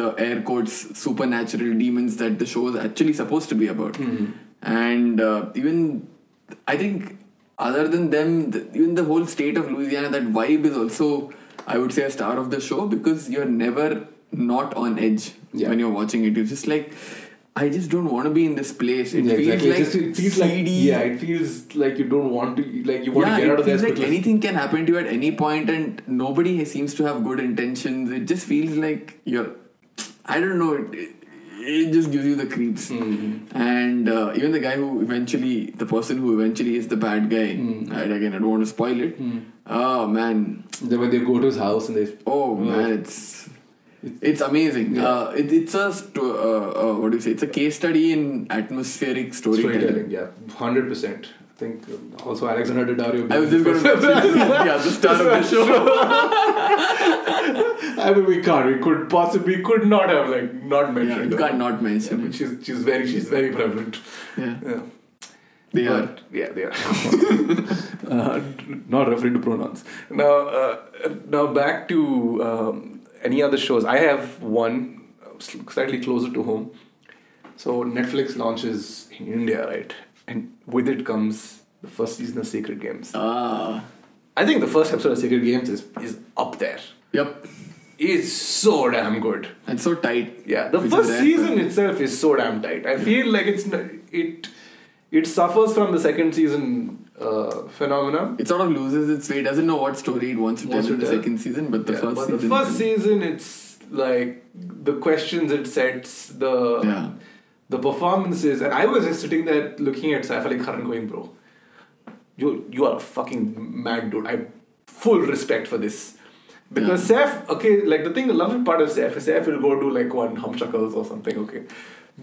B: the air quotes supernatural demons that the show is actually supposed to be about
A: Mm-hmm.
B: and uh, even i think other than them th- even the whole state of louisiana that vibe is also i would say a star of the show because you're never not on edge
A: Yeah.
B: when you're watching it you're just like i just don't want to be in this place it
A: Yeah,
B: feels
A: exactly.
B: like
A: Just- it feels like
B: seedy
A: yeah, it feels like you don't want to like you want
B: yeah,
A: to get
B: it
A: out of there.
B: feels
A: as
B: like
A: quickly as
B: anything can happen to you at any point, and nobody seems to have good intentions. It just feels like you're. I don't know. It, it, it just gives you the creeps.
A: Mm-hmm.
B: And uh, even the guy who eventually, the person who eventually is the bad guy.
A: Mm.
B: I, again, I don't want to spoil it. Oh man,
A: Then when they go to his house and they
B: oh man, it's. It's amazing. Uh, it, it's a sto- uh, uh, what do you say? It's a case study in atmospheric storytelling.
A: storytelling, yeah, hundred percent. I think um, also Alexander Daddario.
B: I was just going to
A: *laughs*
B: *laughs* yeah, the star of the show.
A: I mean, we can't. We could possibly could not have like not
B: Yeah,
A: mentioned.
B: you
A: her.
B: can't not
A: I
B: mention
A: mean,
B: it.
A: she's she's very she's very prevalent.
B: Yeah,
A: Yeah,
B: they
A: But-
B: are.
A: Yeah, they
B: *laughs*
A: are. uh, not referring to pronouns.
D: Now, uh, now back to um, any other shows. I have one uh, sl- slightly closer to home.
A: So Netflix launches in India, right? And with it comes the first season of Sacred Games.
B: Ah,
A: I think the first episode of Sacred Games is is up there.
B: yep.
A: It's so damn good.
B: And so tight.
A: Yeah, the
B: Which is
A: first
B: rare.
A: season itself is so damn tight. I feel like it's n- it it suffers from the second season uh, phenomena.
B: It sort of loses its way. Doesn't know what story it wants to
A: Wants
B: tell in
A: to
B: the
A: tell.
B: second season, but the
A: Yeah,
B: first
A: but
B: season.
A: the first season, it's like the questions it sets, the
B: Yeah.
A: the performances, and I was just sitting there looking at Saif Ali Khan going, "Bro, you you are a fucking mad dude. I full respect for this." Because Saif, okay, like the thing, the lovely part of Saif is Saif will go do like one humshackles or something, okay.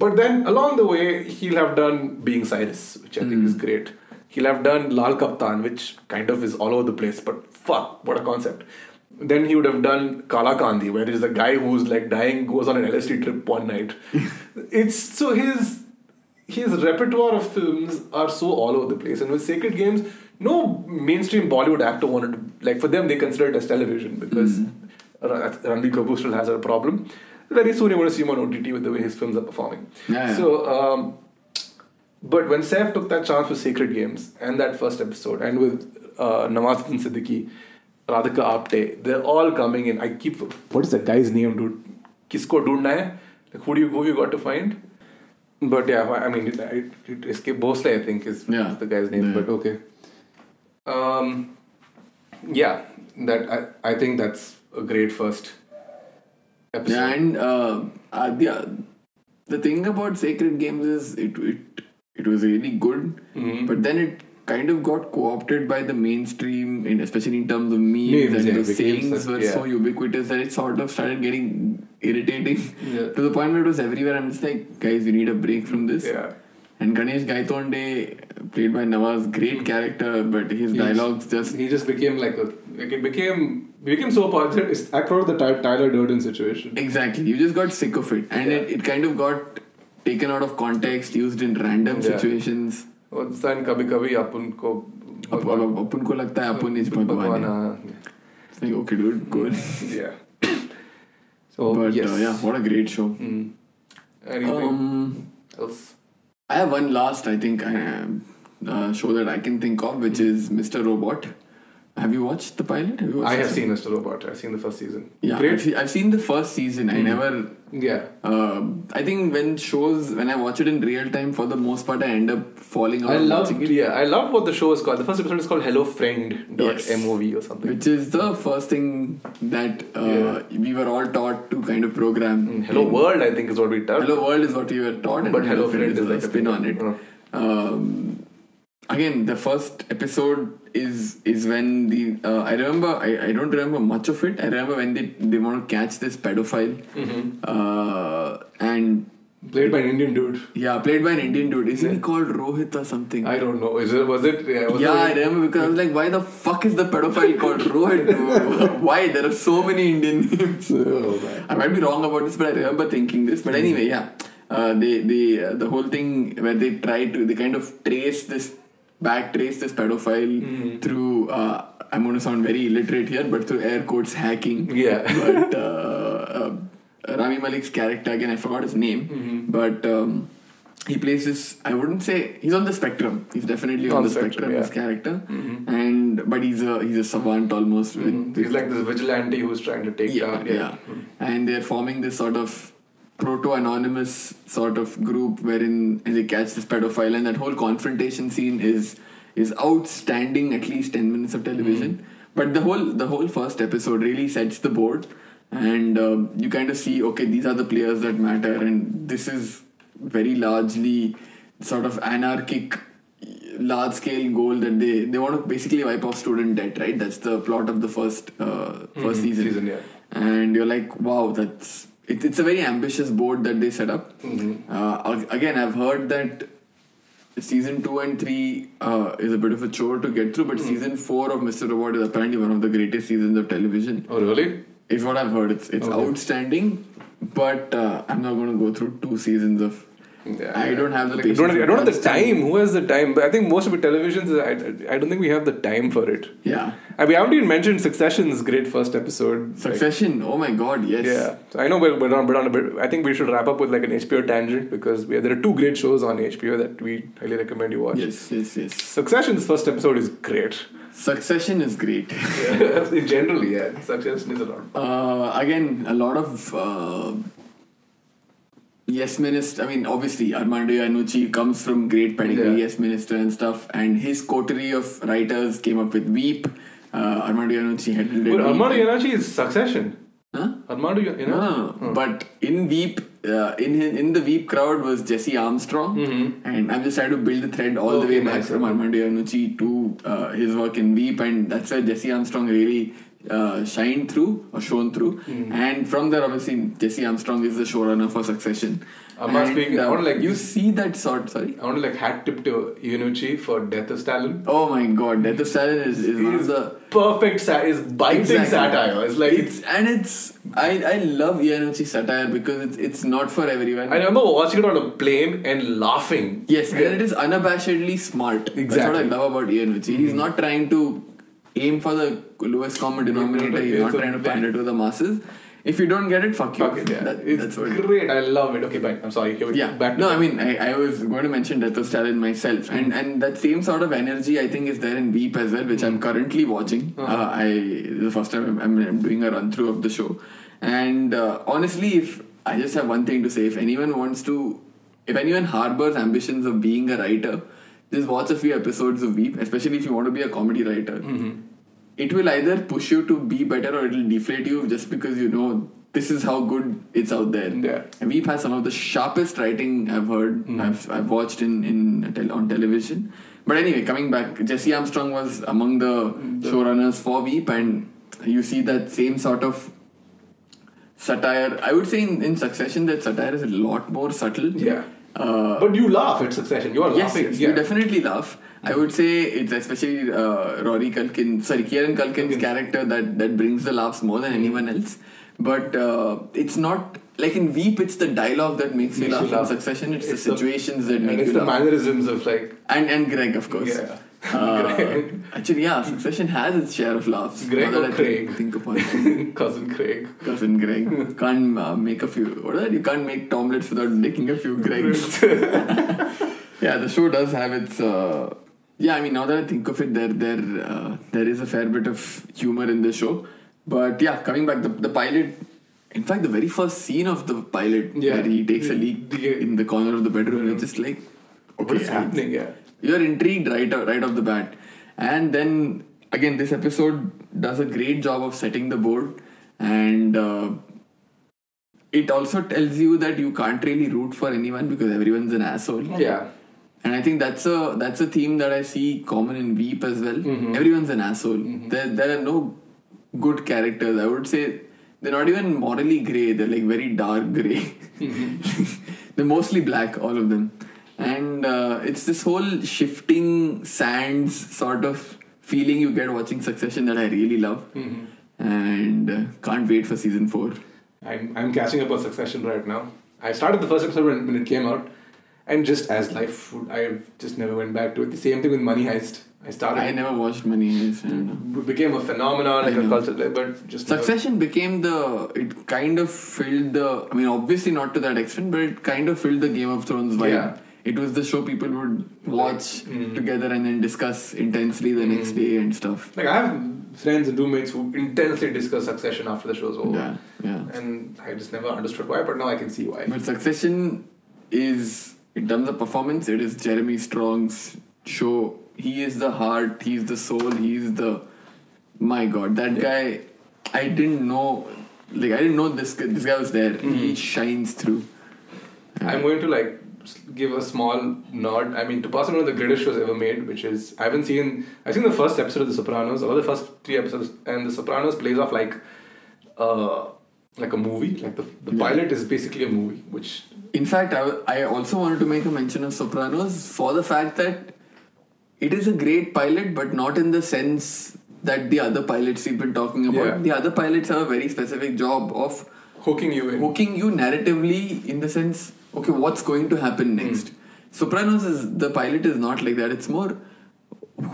A: But then along the way, he'll have done Being Cyrus, which I think is great. He'll have done Lal Kaptan, which kind of is all over the place, but fuck, what a concept. Then he would have done Kala Kandi, where there's a guy who's like dying, goes on an LSD trip one night. it's so his his repertoire of films are so all over the place. And with Sacred Games, no mainstream Bollywood actor wanted to, like, for them, they consider it as television because
B: Mm-hmm.
A: Ra- Ranbir Kapoor still has a problem. Very soon, you're going to see him on OTT with the way his films are performing.
B: Yeah, yeah.
A: So, um, but when Saif took that chance with Sacred Games and that first episode, and with uh, Namazuddin Siddiqui, Radhika Apte, they're all coming in. I keep what is that guy's name, dude? Kisko Dundna hai? Like who do you who you got to find? But yeah, I mean, it, it, it, Escape Bosley, I think, is
B: Yeah.
A: the guy's name.
B: Yeah.
A: But okay, um, yeah, that I, I think that's a great first episode.
B: Yeah, and uh, uh, the, the thing about Sacred Games is it it it was really good,
A: Mm-hmm.
B: but then it kind of got co-opted by the mainstream, in, especially in terms of memes,
A: Memes,
B: and
A: yeah,
B: the
A: it became
B: sayings
A: such-
B: were
A: yeah.
B: so ubiquitous that it sort of started getting irritating
A: Yeah.
B: *laughs* to the point where it was everywhere. I'm just like, guys, you need a break from this.
A: yeah,
B: And Ganesh Gaitonde,
A: Hmm.
B: played by Nawaz, great character, but his
A: He
B: dialogues just
A: he just became like a like it became We became so popular. It's across the Ty- Tyler Durden situation.
B: Exactly. You just got sick of it. And it, it kind of got taken out of context, used in random
D: Yeah.
B: situations.
D: What's that? Kabhi kabhi apun ko
B: Ab- ab- ab- अपन को लगता है अपन is भगवान है.
D: Bhagwan,
B: It's like, okay, dude, good.
D: uh,
B: *coughs*
D: Yeah. So
B: but
D: Oh, yes.
B: uh, yeah, what a great show.
D: Mm. Anything
B: Um,
D: else?
B: I have one last, I think, I, uh, show that I can think of,
D: Hmm.
B: which is Mr. Robot. Have you watched the pilot? Have you watched
D: I have
B: it?
D: seen Mr. Robot. I've seen the first season.
B: Yeah, I've,
D: Great. Hmm.
B: seen, I've seen the first season. I never.
D: Yeah.
B: Uh, I think when shows when I watch it in real time, for the most part, I end up falling out.
D: I
B: of
D: love
B: watching it.
D: yeah, I love what the show is called. The first episode is called Hello Friend dot
B: Yes.
D: MOV or something.
B: Which is the first thing that uh, we were all taught to kind of program.
D: Mm, Hello
B: in-
D: World, I think, is what we dubbed.
B: Hello World is what we were taught, and
D: But Hello Friend
B: is
D: is
B: a
D: like a
B: spin
D: thing.
B: on it.
D: Mm.
B: Um, again, the first episode is is when the uh, I remember I, I don't remember much of it. I remember when they they want to catch this pedophile,
D: Mm-hmm.
B: uh, and
A: Played by an Indian dude.
B: yeah, played by an Indian dude. Isn't he called Rohit or something?
A: I don't know. Is it? Was it? Yeah. Was
B: yeah, I
A: It,
B: remember because I was like, why the fuck is the pedophile called
A: *laughs*
B: Rohit? why? There are so many Indian names.
A: oh man.
B: I might be wrong about this, but I remember thinking this. But anyway, yeah, uh, they they uh, the whole thing where they try to they kind of trace this back trace this pedophile
A: Mm-hmm.
B: through. Uh, I'm going to sound very illiterate here, but through air quotes hacking.
D: *laughs* Yeah.
B: *laughs* But uh, uh, Rami Malik's character again, I forgot his name, but. Um, he plays this. I wouldn't say he's on the spectrum. He's definitely on, the spectrum.
D: yeah.
B: His character, and but he's a he's a savant almost. With,
A: Mm-hmm.
D: He's like this vigilante who's trying to take
B: yeah,
D: down.
B: yeah. And they're forming this sort of proto anonymous sort of group wherein they catch this pedophile, and that whole confrontation scene is is outstanding. At least ten minutes of television,
D: Mm-hmm.
B: but the whole the whole first episode really sets the board, and um, you kind of see okay, these are the players that matter, and this is very largely sort of anarchic large scale goal that they they want to basically wipe off student debt right that's the plot of the first uh, 1st season
D: Mm-hmm. season, yeah.
B: and you're like wow that's it, it's a very ambitious board that they set up
D: Mm-hmm.
B: uh, ag- again i've heard that season 2 and 3 uh, is a bit of a chore to get through but
D: Mm.
B: season 4 of mr robot is apparently one of the greatest seasons of television
D: Oh really?
B: is what i've heard it's it's outstanding but uh, i'm not going to go through two seasons of
D: Yeah,
B: I don't have the
D: Like, I
B: patience
D: don't, I
B: to
D: don't have the
B: understand.
D: time. Who has the time? But I think most of the televisions. I, I don't think we have the time for it.
B: yeah
D: I mean, I haven't even mentioned Succession's great first episode.
B: succession oh my god yes
D: Like, yeah, so I know we're, we're on, we're on a bit. I think we should wrap up with like an HBO tangent because we, there are two great shows on HBO that we highly recommend you watch.
B: yes yes yes
D: Succession's first episode is
B: *laughs*
D: great. *laughs*
B: Succession is great.
D: Generally, yeah, Succession is a lot.
B: Uh, again, a lot of uh, yes minister. I mean, obviously Armando Iannucci comes from great pedigree,
D: Yeah.
B: yes minister and stuff, and his coterie of writers came up with Weep. Uh, Armando Iannucci handled it.
D: But
B: Weep.
D: Armando Iannucci is Succession.
B: Huh?
D: Armando Iannucci.
B: No, no, no. Hmm. But in Weep, uh, in his, in the Weep crowd was Jesse Armstrong, and I'm just trying to build the thread all the
D: Mm-hmm. Okay,
B: way back
D: nice.
B: from Armando Iannucci to uh, his work in Weep, and that's where Jesse Armstrong really uh, shined through or shone through.
D: Mm-hmm.
B: And from there, obviously, Jesse Armstrong is the showrunner for Succession.
D: I'm not
B: And,
D: speaking- I
B: uh,
D: don't like
B: you
D: this.
B: see that sort. Sorry.
D: I want to like hat tip to Iannucci for Death of Stalin.
B: Oh my God, Death of Stalin is is one of
D: He's
B: the
D: perfect sat is biting
B: Exactly.
D: satire. It's like it's.
B: it's and it's I I love Iannucci satire because it's it's not for everyone.
D: I remember watching it on a plane and laughing.
B: Yes, and it is unabashedly smart. That's what I
D: Exactly. Mm-hmm.
B: love about Ian Uchi. He's not trying to aim for the lowest common denominator. He's
D: It's
B: not
D: a
B: trying to
D: very-
B: pander to the masses. If you don't get it, fuck you.
D: Fuck it, yeah.
B: That-
D: it's
B: that's what. it is.
D: great. I love it. Okay, bye. I'm sorry. Here we
B: Yeah.
D: go. Back to Hmm.
B: no, I mean, I, I was going to mention Death of Stalin myself, and and that same sort of energy I think is there in Weep as well, which
D: Hmm.
B: I'm currently watching.
D: Uh-huh.
B: uh I the first time I'm, I'm, I'm doing a run through of the show, and uh, honestly, if I just have one thing to say, if anyone wants to, if anyone harbors ambitions of being a writer, just watch a few episodes of Weep, especially if you want to be a comedy writer.
D: Mm-hmm.
B: It will either push you to be better or it'll deflate you just because you know this is how good it's out there.
D: Yeah.
B: And Weep has some of the sharpest writing I've heard, I've, I've watched in, in tel- on television. But anyway, coming back, Jesse Armstrong was among the showrunners for Weep, and you see that same sort of satire. I would say in, in Succession that satire is a lot more subtle.
D: Yeah.
B: Uh,
A: But you laugh at Succession. You are
B: yes,
A: laughing.
B: yes,
A: yeah.
B: you definitely laugh. I would say it's especially uh, Rory Culkin, sorry, Kieran Culkin's character that that brings the laughs more than anyone
A: Mm-hmm.
B: else. But uh, it's not like in Weep, it's the dialogue that makes, you
A: Makes
B: laugh.
A: you laugh.
B: In Succession, it's,
A: It's
B: the
A: the-
B: situations that make
A: and it's
B: you
A: the
B: laugh.
A: mannerisms of like
B: and and Greg, of course.
A: Yeah.
D: *laughs*
A: *laughs*
B: Uh,
A: Greg.
B: actually, yeah, Succession has its share of laughs.
A: Greg
B: Now
A: or
B: that I
A: Craig?
B: Think, think upon it.
A: cousin Craig.
B: Cousin Greg can't uh, make a few. What is that? You can't make tomlets without making a few Gregs. *laughs* yeah, the show does have its. Uh, yeah, I mean, now that I think of it, there there uh, there is a fair bit of humor in the show. But yeah, coming back, the the pilot. In fact, the very first scene of the pilot,
A: Yeah.
B: where he takes a leak
A: Yeah.
B: in the corner of the bedroom, you're just like, okay,
A: What is
B: I-
A: happening? Yeah.
B: you're intrigued right right off the bat and then again this episode does a great job of setting the board and uh, it also tells you that you can't really root for anyone because everyone's an asshole
A: Yeah.
B: and i think that's a that's a theme that i see common in weep as well everyone's an asshole there, there are no good characters i would say they're not even morally gray they're like very dark gray *laughs* they're mostly black all of them and uh, it's this whole shifting sands sort of feeling you get watching succession that i really love
D: Mm-hmm.
B: and uh, can't wait for season 4
A: I'm, I'm catching up on Succession right now. I started the first episode when, when it came out, and just as life would, I just never went back to it. The same thing with Money Heist. I started.
B: i never watched money Heist, I don't know.
A: it became a phenomenon, like
B: I
A: a
B: know.
A: culture, but just never-
B: Succession became the it kind of filled the I mean obviously not to that extent but it kind of filled the Game of Thrones vibe.
A: Yeah.
B: It was the show people would watch together and then discuss intensely the next day and stuff.
A: Like I have friends and roommates who intensely discuss Succession after the show's over,
B: Yeah, yeah.
A: and I just never understood why. But now I can see why.
B: But Succession is in terms of performance, it is Jeremy Strong's show. He is the heart. He's the soul. He's the my God. That guy, I didn't know. Like I didn't know this guy- this guy was there. He shines through. Hmm.
A: I'm going to like s- give a small nod. I mean, to pass on one of the greatest shows ever made, which is I haven't seen. I've seen the first episode of The Sopranos, or the first three episodes, and The Sopranos plays off like, uh, like a movie. Like the the
B: Yeah.
A: pilot is basically a movie, which
B: In fact, I, I also wanted to make a mention of Sopranos for the fact that it is a great pilot, but not in the sense that the other pilots we've been talking about.
A: Yeah.
B: The other pilots have a very specific job of
A: hooking you in.
B: hooking you narratively in the sense, okay, what's going to happen
A: Hmm.
B: next? Sopranos is the pilot is not like that. It's more,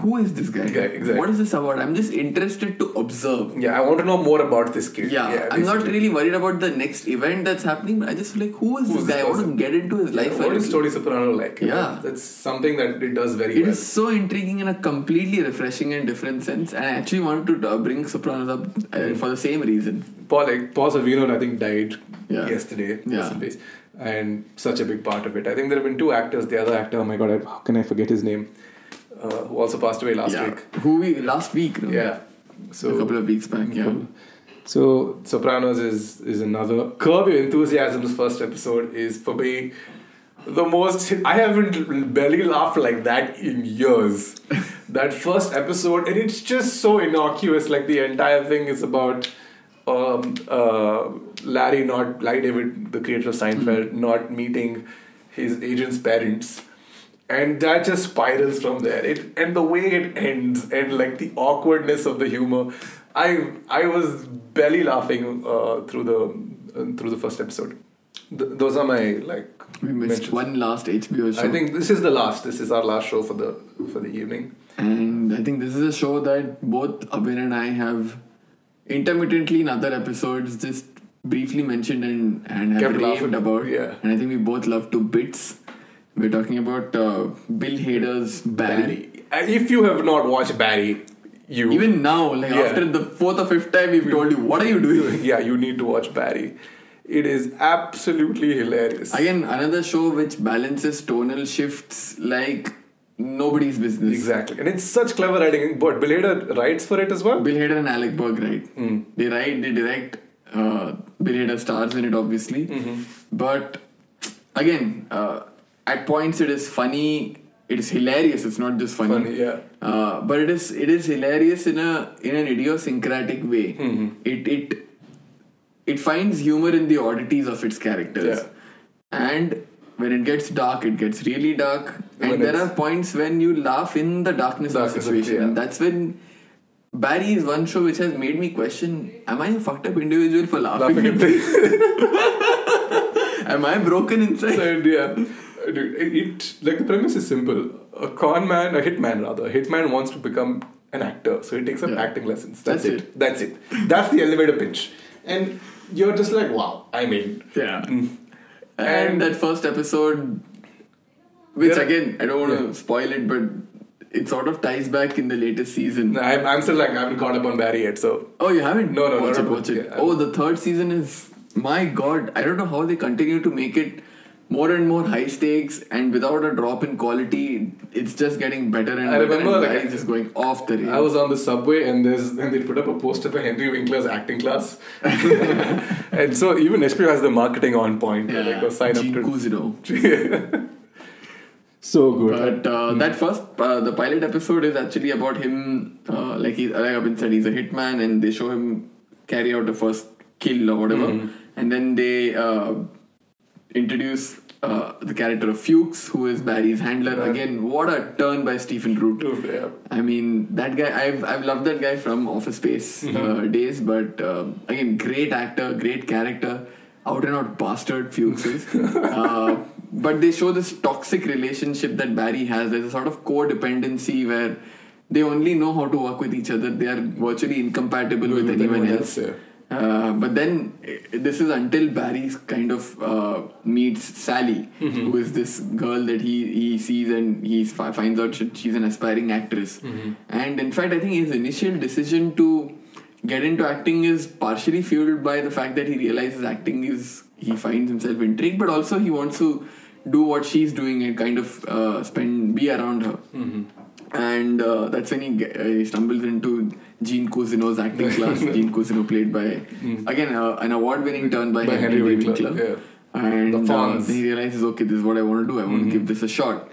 B: who is this guy?
A: Yeah, exactly.
B: What is this about? I'm just interested to observe.
A: Yeah, I want to know more about this kid.
B: Yeah, I'm not
A: basically.
B: really worried about the next event that's happening. But I just feel like, who is
A: Who
B: this
A: is
B: guy?
A: this
B: I want
A: person?
B: to get into his life. a
A: What is
B: little.
A: Tony Soprano like?
B: Yeah.
A: that's something that it does very
B: It
A: well.
B: is so intriguing in a completely refreshing and different sense. And I actually wanted to uh, bring Sopranos up uh, for the same reason.
A: Paul, like, Paul Savino, I think, died
B: Yeah.
A: yesterday.
B: Yeah.
A: rest in peace. And such a big part of it. I think there have been two actors. The other actor, oh my god, I, how can I forget his name? Uh, who also passed away last
B: yeah.
A: week.
B: Who we last week? no?
A: Yeah. So Mm-hmm.
B: a couple of weeks back. Yeah.
A: So Sopranos is is another. Curb Your Enthusiasm's first episode is for me the most. I haven't barely laughed like that in years. that first episode, and it's just so innocuous. Like the entire thing is about um, uh, Larry not Larry David, the creator of Seinfeld, not meeting his agent's parents. And that just spirals from there. It and the way it ends, and like the awkwardness of the humor, I I was belly laughing uh, through the uh, through the first episode. Th- those are my like.
B: We missed
A: mentions.
B: one last HBO show.
A: I think this is the last. This is our last show for the for the evening.
B: And I think this is a show that both Abhin and I have intermittently in other episodes just briefly mentioned and, and have
A: Kept
B: raved
A: laughing.
B: about.
A: Yeah.
B: And I think we both love to bits. We're talking about uh, Bill Hader's Barry.
A: And Uh, If you have not watched Barry, you
B: Even now, like
A: Yeah.
B: after the fourth or fifth time, we've told you, what are you
A: *laughs*
B: doing?
A: yeah, you need to watch Barry. It is absolutely hilarious.
B: Again, another show which balances tonal shifts like nobody's business.
A: exactly, and it's such clever writing. But Bill Hader writes for it as well.
B: Bill Hader and Alec Berg, right?
A: Hmm.
B: They write, they direct. Uh, Bill Hader stars in it, obviously.
A: Mm-hmm.
B: But again, uh, at points it is funny. It is hilarious. It's not just funny.
A: Funny, yeah.
B: Uh, but it is it is hilarious in a in an idiosyncratic way.
A: Mm-hmm.
B: It it it finds humor in the oddities of its characters.
A: Yeah.
B: And when it gets dark, it gets really dark, and
A: When
B: there are
A: it's-
B: points when you laugh in the darkness, of the
A: Darkness of it,
B: situation. And
A: yeah.
B: that's when Barry is one show which has made me question: Am I a fucked up individual for laughing?
A: Laughing
B: at
A: at things.
B: this? Am I broken inside?
A: So, yeah. Dude, it, it- like the premise is simple. A con man, a hitman rather, a hitman wants to become an actor, so he takes up
B: Yeah.
A: acting lessons. That's,
B: That's
A: it.
B: it.
A: That's it. That's the elevator pitch. And you're just like, wow. I mean,
B: *laughs* Yeah. And,
A: And-
B: that first episode, which
A: There are-
B: again, I don't want to
A: Yeah.
B: spoil it, but it sort of ties back in the latest season.
A: I'm, I'm still like, I haven't caught up on Barry yet. So
B: Oh, you haven't?
A: No, no, no,
B: watch
A: no,
B: it,
A: no.
B: watch it.
A: Yeah, I-
B: oh, the third season is my god. I don't know how they continue to make it more and more high stakes and without a drop in quality. It's just getting better and
A: I
B: better.
A: remember,
B: and
A: like,
B: Barry's just going off the rails.
A: I was on the subway and there's and they put up a poster for Henry Winkler's acting class. *laughs* and so even HBO has the marketing on point.
B: yeah,
A: They're Like, go sign
B: Gene
A: up
B: Cuzzino.
A: to. *laughs* so good.
B: But uh, that first, uh, the pilot episode is actually about him. Uh, like he, like I've been said, he's a hitman, and they show him carry out the first kill or whatever, and then they uh, introduce uh, the character of Fuchs, who is Barry's handler. Again, what a turn by Stephen Root.
A: Oof, yeah.
B: I mean, that guy. I've I've loved that guy from Office Space uh, days, but um again, great actor, great character, out and out bastard Fuchs is. uh, but they show this toxic relationship that Barry has. There's a sort of codependency where they only know how to work with each other. They are virtually incompatible with,
A: With
B: anyone
A: anyone
B: else.
A: else, yeah.
B: Uh, but then eh, this is until Barry kind of uh, meets Sally, who is this girl that he, he sees and he fi- finds out she, she's an aspiring actress. And in fact, I think his initial decision to get into acting is partially fueled by the fact that he realizes acting is he finds himself intrigued, but also he wants to do what she's doing and kind of uh, spend be around her. And uh, that's when he, ge- uh, he stumbles into Gene Cousineau's
A: *laughs*
B: acting class. Gene Cousineau played by again uh, an award-winning turn by,
A: Hmm. By
B: Henry,
A: Henry
B: Winkler.
A: Winkler, yeah.
B: And
A: The
B: uh,
A: Fonz. Hmm.
B: then he realizes, okay, this is what I want to do. I want to give this a shot.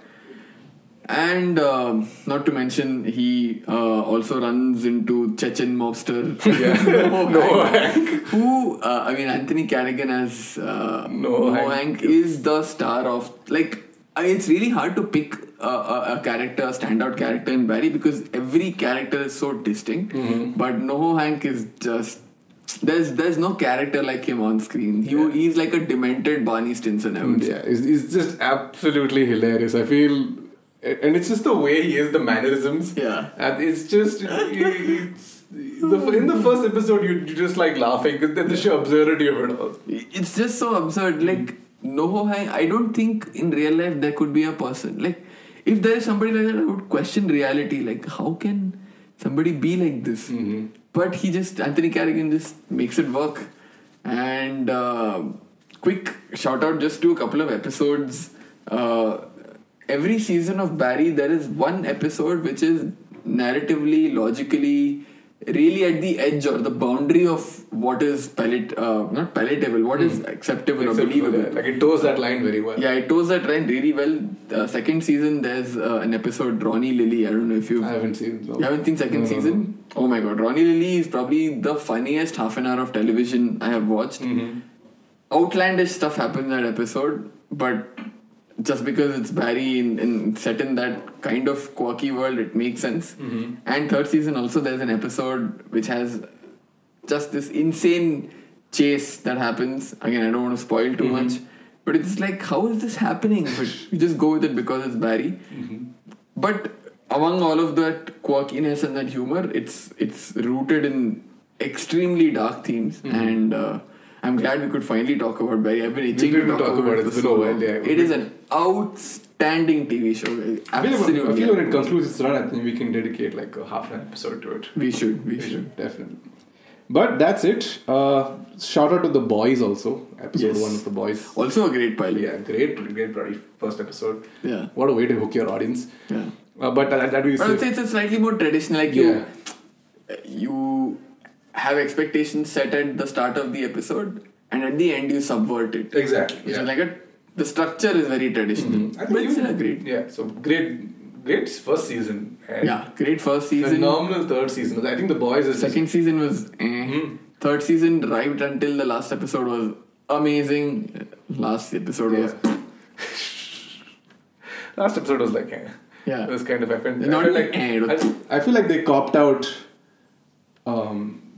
B: And um, not to mention, he uh, also runs into Chechen mobster *laughs*
A: Yeah. *laughs*
B: Nohank, who uh, I mean Anthony Carrigan as uh,
A: Nohank.
B: Nohank is the star of like I mean, it's really hard to pick a, a, a character, a standout character in Barry because every character is so distinct. But Nohank is just there's there's no character like him on screen. He
A: Yeah. Mm,
B: he's like a demented Barney Stinson. I would say.
A: Yeah, it's, it's just absolutely hilarious. I feel, and it's just the way he has the mannerisms.
B: Yeah.
A: and it's
B: *laughs*
A: just it's, the, in the first episode you you just like laughing because the sheer absurdity of it all.
B: it's just so absurd. Like no, I, I don't think in real life there could be a person like if there is somebody like that, I would question reality. Like how can somebody be like this? But he just Anthony Carrigan just makes it work. And uh, quick shout out just to a couple of episodes. Uh, every season of Barry, there is one episode which is narratively, logically, really at the edge or the boundary of what is palat- uh, not palatable, what is acceptable or
A: Except for
B: believable.
A: that, Like uh, it toes that line very well.
B: Yeah, it toes that line really well. Uh, second season, there's uh, an episode Ronnie Lily. I don't know if you've
A: I haven't seen. No.
B: you haven't seen second
A: No, no, no.
B: season? Oh my god, Ronnie Lilly is probably the funniest half an hour of television I have watched. Outlandish stuff happens in that episode, but just because it's Barry in, in set in that kind of quirky world, it makes sense. And third season also, there's an episode which has just this insane chase that happens. Again, I don't want to spoil too much, but it's like, how is this happening? But you just go with it because it's Barry. But among all of that quirkiness and that humor, it's it's rooted in extremely dark themes,
A: Mm-hmm.
B: and uh, I'm glad we could finally talk about Barry. I've been itching to
A: didn't
B: talk,
A: talk about it.
B: for
A: It's been
B: so
A: a while,
B: long.
A: yeah.
B: It is an outstanding TV show.
A: I feel, when-
B: Absolutely,
A: I feel when it concludes its run, I think we can dedicate like a half an episode to it.
B: we should we
A: We
B: should.
A: should definitely.
E: But that's it. Uh, shout out to the boys also. Episode
B: Yes.
E: one of the boys.
B: Also a great pilot.
A: Yeah, great, great, bloody first episode.
B: Yeah.
E: What a way to hook your audience.
B: yeah.
E: Uh, but that, that we
B: But I would say it's a slightly more traditional. Like you,
E: Yeah.
B: you have expectations set at the start of the episode, and at the end you subvert it.
A: Exactly. Mm-hmm.
B: Which is like a the structure is very traditional.
A: I think
B: But it's
A: even-
B: still a great
A: Yeah, so great, great first season. And
B: yeah, great first season.
A: Phenomenal third season. I think the boys is
B: Second season was eh.
A: Mhm.
B: Third season right until the last episode was amazing. Last episode was
A: Yeah. Last episode was like, eh.
B: Yeah.
A: It was kind of effing.
B: Not
A: I felt
B: like, eh, it was-
A: I-
F: I feel like they copped out. Um,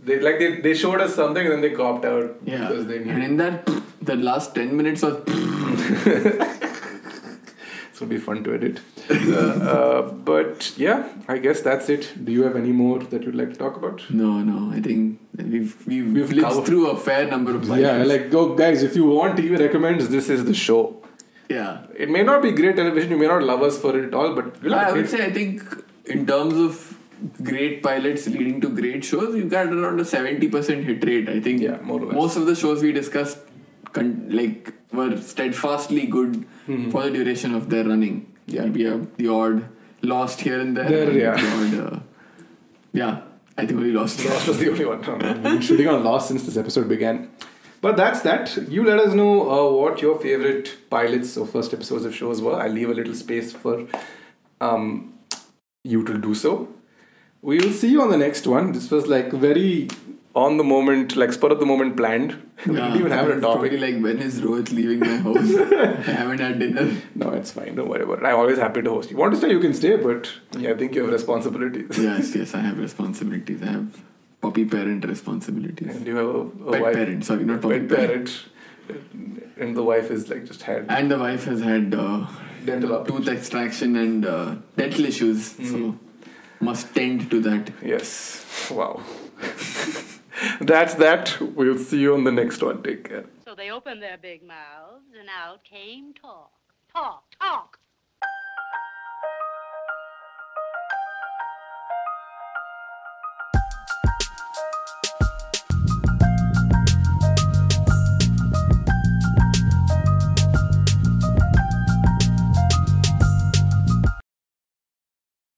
A: they like they, they showed us something and then they copped out
B: Yeah.
A: because they
B: And
A: knew.
B: in that, the last 10 minutes was.
A: This would be fun to edit. uh, but yeah, I guess that's it. Do you have any more that you'd like to talk about?
B: No, no. I think we've, we've, we've
A: We've
B: lived
A: covered-
B: through a fair number of.
F: yeah,
B: cycles.
F: like go guys. If you want,
A: TV recommends this is the show.
B: Yeah.
A: It may not be great television. You may not love us for it at all, but we'll
B: I
A: have
B: would say, I think, in terms of great pilots leading to great shows, you've got around a 70% hit rate. I think
A: Yeah, more or less.
B: most of the shows we discussed con- like were steadfastly good for the duration of their running.
A: Mm-hmm. Yeah.
B: Maybe a, the odd lost here and there.
A: There,
B: but
A: yeah.
B: the odd, uh, yeah, I think only
A: *laughs*
B: lost.
A: Lost was the only
B: *laughs*
A: one.
F: been shooting on Lost since this episode began.
A: But that's that. You let us know uh, what your favorite pilots or first episodes of shows were. I'll leave a little space for um, you to do so. We will see you on the next one. This was like very on the moment, like spur of the moment planned. *laughs* we
B: Yeah,
A: didn't even have a
B: it's
A: topic.
B: probably like when is Rohit leaving my house? I haven't had
A: *laughs*
B: dinner.
A: No, it's fine. Don't worry about it. I'm always happy to host. You want to stay, you can stay, but yeah, I think you have responsibilities.
B: *laughs* Yes, yes, I have responsibilities. I have puppy parent responsibilities.
A: And you have a, a
B: Pet
A: wife.
B: parent, sorry, not puppy
A: Pet parent. And the wife is like just had
B: And the wife has had uh,
A: dental up.
B: tooth extraction and uh, dental issues,
A: Hmm.
B: so must tend to that.
A: Yes. Wow. *laughs* That's that. We'll see you on the next one. Take care.
C: So they opened their big mouths, and out came talk. Talk, talk,